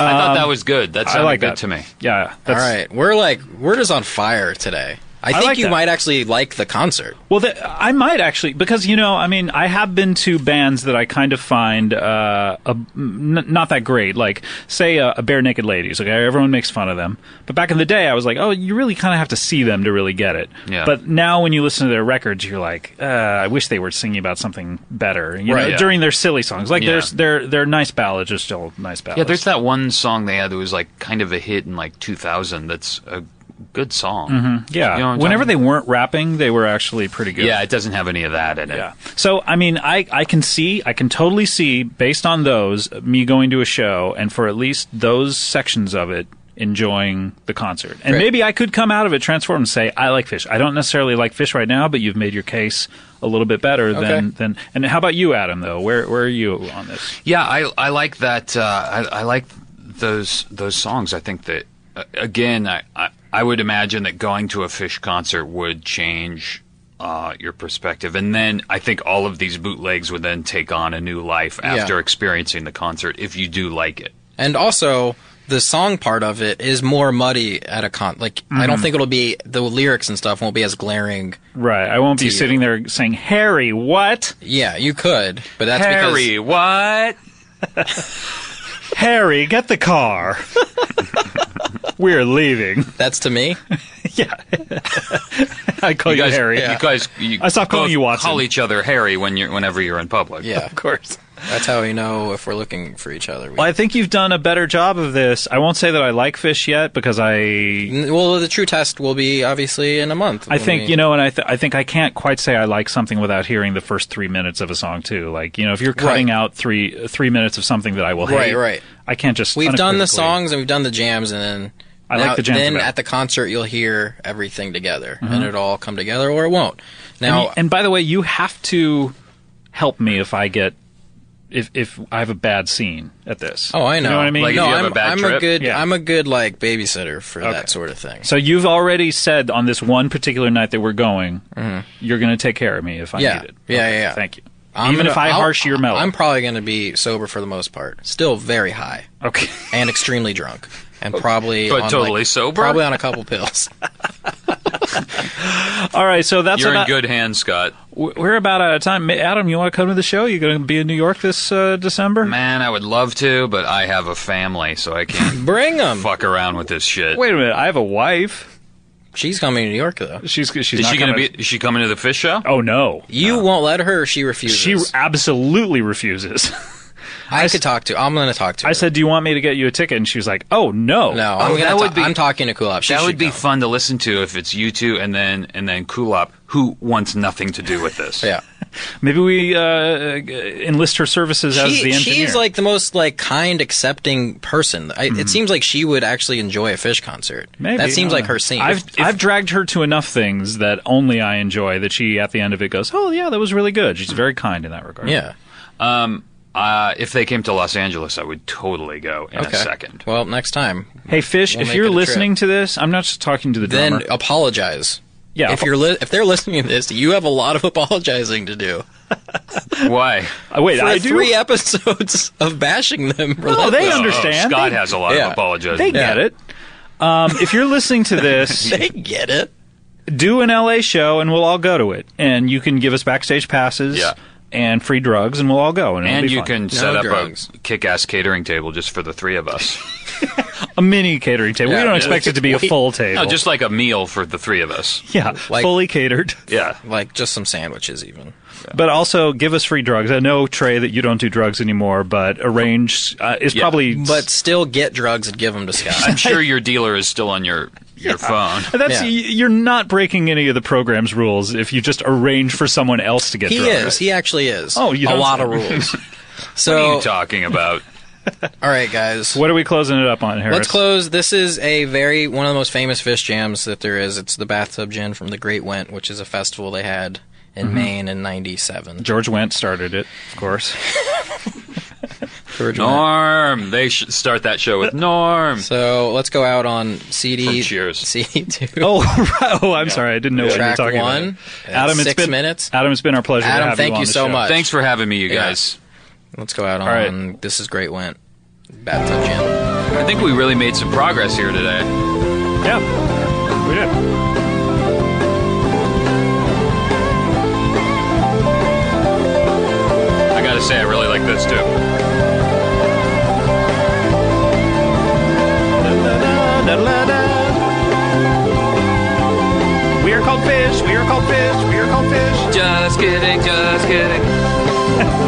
Speaker 3: I thought that was good. That
Speaker 4: I
Speaker 3: sounded
Speaker 4: like
Speaker 3: good
Speaker 4: that
Speaker 3: to me.
Speaker 4: Yeah.
Speaker 2: All
Speaker 4: That's,
Speaker 2: right, we're like we're just on fire today. I think
Speaker 4: like
Speaker 2: you
Speaker 4: that.
Speaker 2: might actually like the concert.
Speaker 4: Well, th I might actually because you know, I mean, I have been to bands that I kind of find uh, a, n- not that great. Like, say, uh, a, a Bare Naked Ladies. Okay, everyone makes fun of them, but back in the day, I was like, oh, you really kind of have to see them to really get it.
Speaker 3: Yeah.
Speaker 4: But now, when you listen to their records, you're like, uh, I wish they were singing about something better. You
Speaker 3: Right,
Speaker 4: know,
Speaker 3: yeah.
Speaker 4: during their silly songs, like
Speaker 3: Yeah.
Speaker 4: there's their their nice ballads are still nice ballads.
Speaker 3: Yeah, there's that one song they had that was like kind of a hit in like 2000. That's a good song.
Speaker 4: yeah.
Speaker 3: You know what I'm
Speaker 4: Whenever
Speaker 3: talking-
Speaker 4: they weren't rapping, they were actually pretty good.
Speaker 3: Yeah, it doesn't have any of that in it.
Speaker 4: Yeah. So I mean, I I can see, I can totally see, based on those, me going to a show and for at least those sections of it, enjoying the concert. And
Speaker 2: Right.
Speaker 4: maybe I could come out of it transformed and say, I like fish. I don't necessarily like fish right now, but you've made your case a little bit better
Speaker 2: Okay.
Speaker 4: than than. And how about you, Adam? Though, where where are you on this?
Speaker 3: Yeah, I I like that. Uh, I, I like those those songs. I think that uh, again, I, I I would imagine that going to a Fish concert would change uh, your perspective, and then I think all of these bootlegs would then take on a new life
Speaker 2: Yeah.
Speaker 3: after experiencing the concert if you do like it.
Speaker 2: And also, the song part of it is more muddy at a con. Like, I
Speaker 4: Mm-hmm.
Speaker 2: don't think it'll be the lyrics and stuff won't be as glaring.
Speaker 4: Right. I won't be
Speaker 2: you.
Speaker 4: sitting there saying, Harry, what?
Speaker 2: Yeah, you could, but that's because
Speaker 3: Harry, what?
Speaker 4: Harry, get the car. We're leaving.
Speaker 2: that's to me.
Speaker 4: I call you,
Speaker 3: You guys,
Speaker 4: Harry.
Speaker 3: you guys, you
Speaker 4: I stopped calling
Speaker 3: both
Speaker 4: you Watson.
Speaker 3: Call each other Harry when you're whenever you're in public.
Speaker 2: Yeah,
Speaker 4: Of course.
Speaker 2: that's how we know if we're looking for each other. We-
Speaker 4: Well, I think you've done a better job of this. I won't say that I like fish yet because I.
Speaker 2: N- Well, the true test will be obviously in a month.
Speaker 4: I think you know, and I, th- I think I can't quite say I like something without hearing the first three minutes of a song too. Like you know, if you're cutting
Speaker 2: Right.
Speaker 4: out three three minutes of something that I will
Speaker 2: Right,
Speaker 4: hate,
Speaker 2: right.
Speaker 4: I can't just.
Speaker 2: We've done the
Speaker 4: unequivocally-
Speaker 2: songs and we've done the jams, and then
Speaker 4: I like the jams
Speaker 2: Then
Speaker 4: better.
Speaker 2: at the concert, you'll hear everything together, and it'll all come together, or it won't.
Speaker 4: And,
Speaker 2: Now,
Speaker 4: you- and by the way, you have to help me if I get if if I have a bad scene at this.
Speaker 2: oh, I
Speaker 4: You
Speaker 2: know.
Speaker 4: what I mean?
Speaker 3: Like, if
Speaker 2: no,
Speaker 3: you have a
Speaker 2: I'm,
Speaker 3: bad
Speaker 2: I'm a
Speaker 3: trip?
Speaker 2: good,
Speaker 4: Yeah.
Speaker 2: I'm a good like babysitter for that sort of thing.
Speaker 4: so you've already said on this one particular night that we're going, you're going to take care of me if I
Speaker 2: Mm-hmm. Yeah.
Speaker 4: need it.
Speaker 2: Yeah,
Speaker 4: Okay,
Speaker 2: yeah, yeah.
Speaker 4: Thank you.
Speaker 2: I'm
Speaker 4: Even
Speaker 2: gonna-
Speaker 4: if I
Speaker 2: I'll-
Speaker 4: harsh your mellow.
Speaker 2: I'm probably going to be sober for the most part. Still very high
Speaker 4: okay.
Speaker 2: and extremely drunk, and probably
Speaker 3: But
Speaker 2: on,
Speaker 3: totally
Speaker 2: like-
Speaker 3: sober?
Speaker 2: Probably on a couple pills.
Speaker 4: All right, so that's
Speaker 3: You're in
Speaker 4: about,
Speaker 3: good hands, Scott.
Speaker 4: w- We're about out of time. Ma- Adam, you want to come to the show? You going to be in New York this uh, December?
Speaker 3: Man, I would love to, but I have a family, so I can't
Speaker 2: Bring them.
Speaker 3: fuck around with this shit.
Speaker 4: Wait a minute, I have a wife.
Speaker 2: She's coming to New York though.
Speaker 4: She's she's
Speaker 3: is
Speaker 4: not
Speaker 3: she gonna
Speaker 4: coming.
Speaker 3: be? Is she coming to the fish show?
Speaker 4: Oh no,
Speaker 2: You won't let her. She refuses.
Speaker 4: she absolutely refuses.
Speaker 2: I, could talk to. I'm going to talk to. Her.
Speaker 4: I said, "Do you want me to get you a ticket?" And she was like, "Oh no,
Speaker 2: no. I'm
Speaker 3: that
Speaker 2: going
Speaker 3: would
Speaker 2: to.
Speaker 3: be-
Speaker 2: I'm talking to Kulop. She
Speaker 3: That
Speaker 2: should
Speaker 3: would be
Speaker 2: come.
Speaker 3: fun to listen to if it's you two and then and then Kulop, who wants nothing to do with this.
Speaker 2: Yeah.
Speaker 4: Maybe we uh, g- enlist her services as the
Speaker 2: She,
Speaker 4: engineer." Mm-hmm.
Speaker 2: she's like the most like kind, accepting person. I, It seems like she would actually enjoy a fish concert.
Speaker 4: Maybe,
Speaker 2: that seems
Speaker 4: I
Speaker 2: like
Speaker 4: don't know.
Speaker 2: her scene.
Speaker 4: I've
Speaker 2: If- if-
Speaker 4: I've dragged her to enough things that only I enjoy that she at the end of it goes, "Oh yeah, that was really good." She's very kind in that regard.
Speaker 2: yeah.
Speaker 3: Um. Uh. If they came to Los Angeles, I would totally go in
Speaker 2: Okay.
Speaker 3: a second.
Speaker 2: Well, next time,
Speaker 4: Hey Fish,
Speaker 2: We'll
Speaker 4: if
Speaker 2: make
Speaker 4: you're
Speaker 2: it a trip.
Speaker 4: listening to this, I'm not just talking to the
Speaker 2: then
Speaker 4: drummer.
Speaker 2: apologize.
Speaker 4: yeah,
Speaker 2: if you're li- if they're listening to this, you have a lot of apologizing to do.
Speaker 3: Why?
Speaker 4: Uh, wait,
Speaker 2: For
Speaker 4: I do.
Speaker 2: three episodes of bashing them.
Speaker 4: no, they
Speaker 2: relentlessly. Oh,
Speaker 4: understand.
Speaker 3: Oh, Scott
Speaker 4: They-
Speaker 3: has a lot
Speaker 2: Yeah.
Speaker 3: of apologizing.
Speaker 4: They get it. Um, if you're listening to this,
Speaker 2: They get it.
Speaker 4: do an LA show and we'll all go to it. And you can give us backstage passes
Speaker 3: Yeah.
Speaker 4: and free drugs and we'll all go. And, it'll
Speaker 3: And
Speaker 4: be
Speaker 3: you
Speaker 4: fun.
Speaker 3: can set up
Speaker 2: drugs.
Speaker 3: a kick-ass catering table just for the three of us.
Speaker 4: a mini catering table.
Speaker 2: Yeah,
Speaker 4: we don't
Speaker 2: yeah.
Speaker 4: expect it to be a full table.
Speaker 3: no, just like a meal for the three of us.
Speaker 4: yeah,
Speaker 2: like-
Speaker 4: fully catered.
Speaker 3: Yeah.
Speaker 2: Like just some sandwiches, even.
Speaker 4: But also give us free drugs. I know Trey that you don't do drugs anymore, but arrange uh, is probably
Speaker 2: But still get drugs and give them to Scott.
Speaker 3: I'm sure your dealer is still on your your phone.
Speaker 4: That's
Speaker 2: Yeah.
Speaker 4: y- you're not breaking any of the program's rules if you just arrange for someone else to get
Speaker 2: he
Speaker 4: drugs.
Speaker 2: is. He actually is.
Speaker 4: Oh, you
Speaker 2: a
Speaker 4: don't
Speaker 2: lot
Speaker 4: say.
Speaker 2: of rules.
Speaker 3: What are
Speaker 2: So,
Speaker 3: you talking about?
Speaker 2: all right, guys.
Speaker 4: What are we closing it up on, Harris?
Speaker 2: Let's close. This is a very one of the most famous fish jams that there is. It's the bathtub gin from the Great Went, which is a festival they had in
Speaker 4: Mm-hmm.
Speaker 2: Maine in '97.
Speaker 4: George Wendt started it, of course.
Speaker 2: George Wendt.
Speaker 3: Norm. They should start that show with Norm.
Speaker 2: So let's go out on CD.
Speaker 3: From Cheers.
Speaker 2: CD two.
Speaker 4: Oh, right. oh, I'm sorry. I didn't know what you were
Speaker 2: Track
Speaker 4: talking
Speaker 2: one.
Speaker 4: about. Adam,
Speaker 2: It's
Speaker 4: it's
Speaker 2: six
Speaker 4: been,
Speaker 2: minutes.
Speaker 4: Adam, it's been our pleasure. to
Speaker 2: Adam,
Speaker 4: have
Speaker 2: thank
Speaker 4: you, on
Speaker 2: you
Speaker 4: the
Speaker 2: so
Speaker 4: show.
Speaker 2: much.
Speaker 3: Thanks for having me, you guys.
Speaker 2: Let's go out on
Speaker 4: right.
Speaker 2: "This Is Great Went." Bathtub gin.
Speaker 3: I think we really made some progress here today.
Speaker 4: Yeah, we did.
Speaker 3: say I really like this too.
Speaker 8: We are called fish. We are called fish. We are called fish.
Speaker 1: Just kidding, just kidding.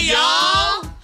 Speaker 9: y'all!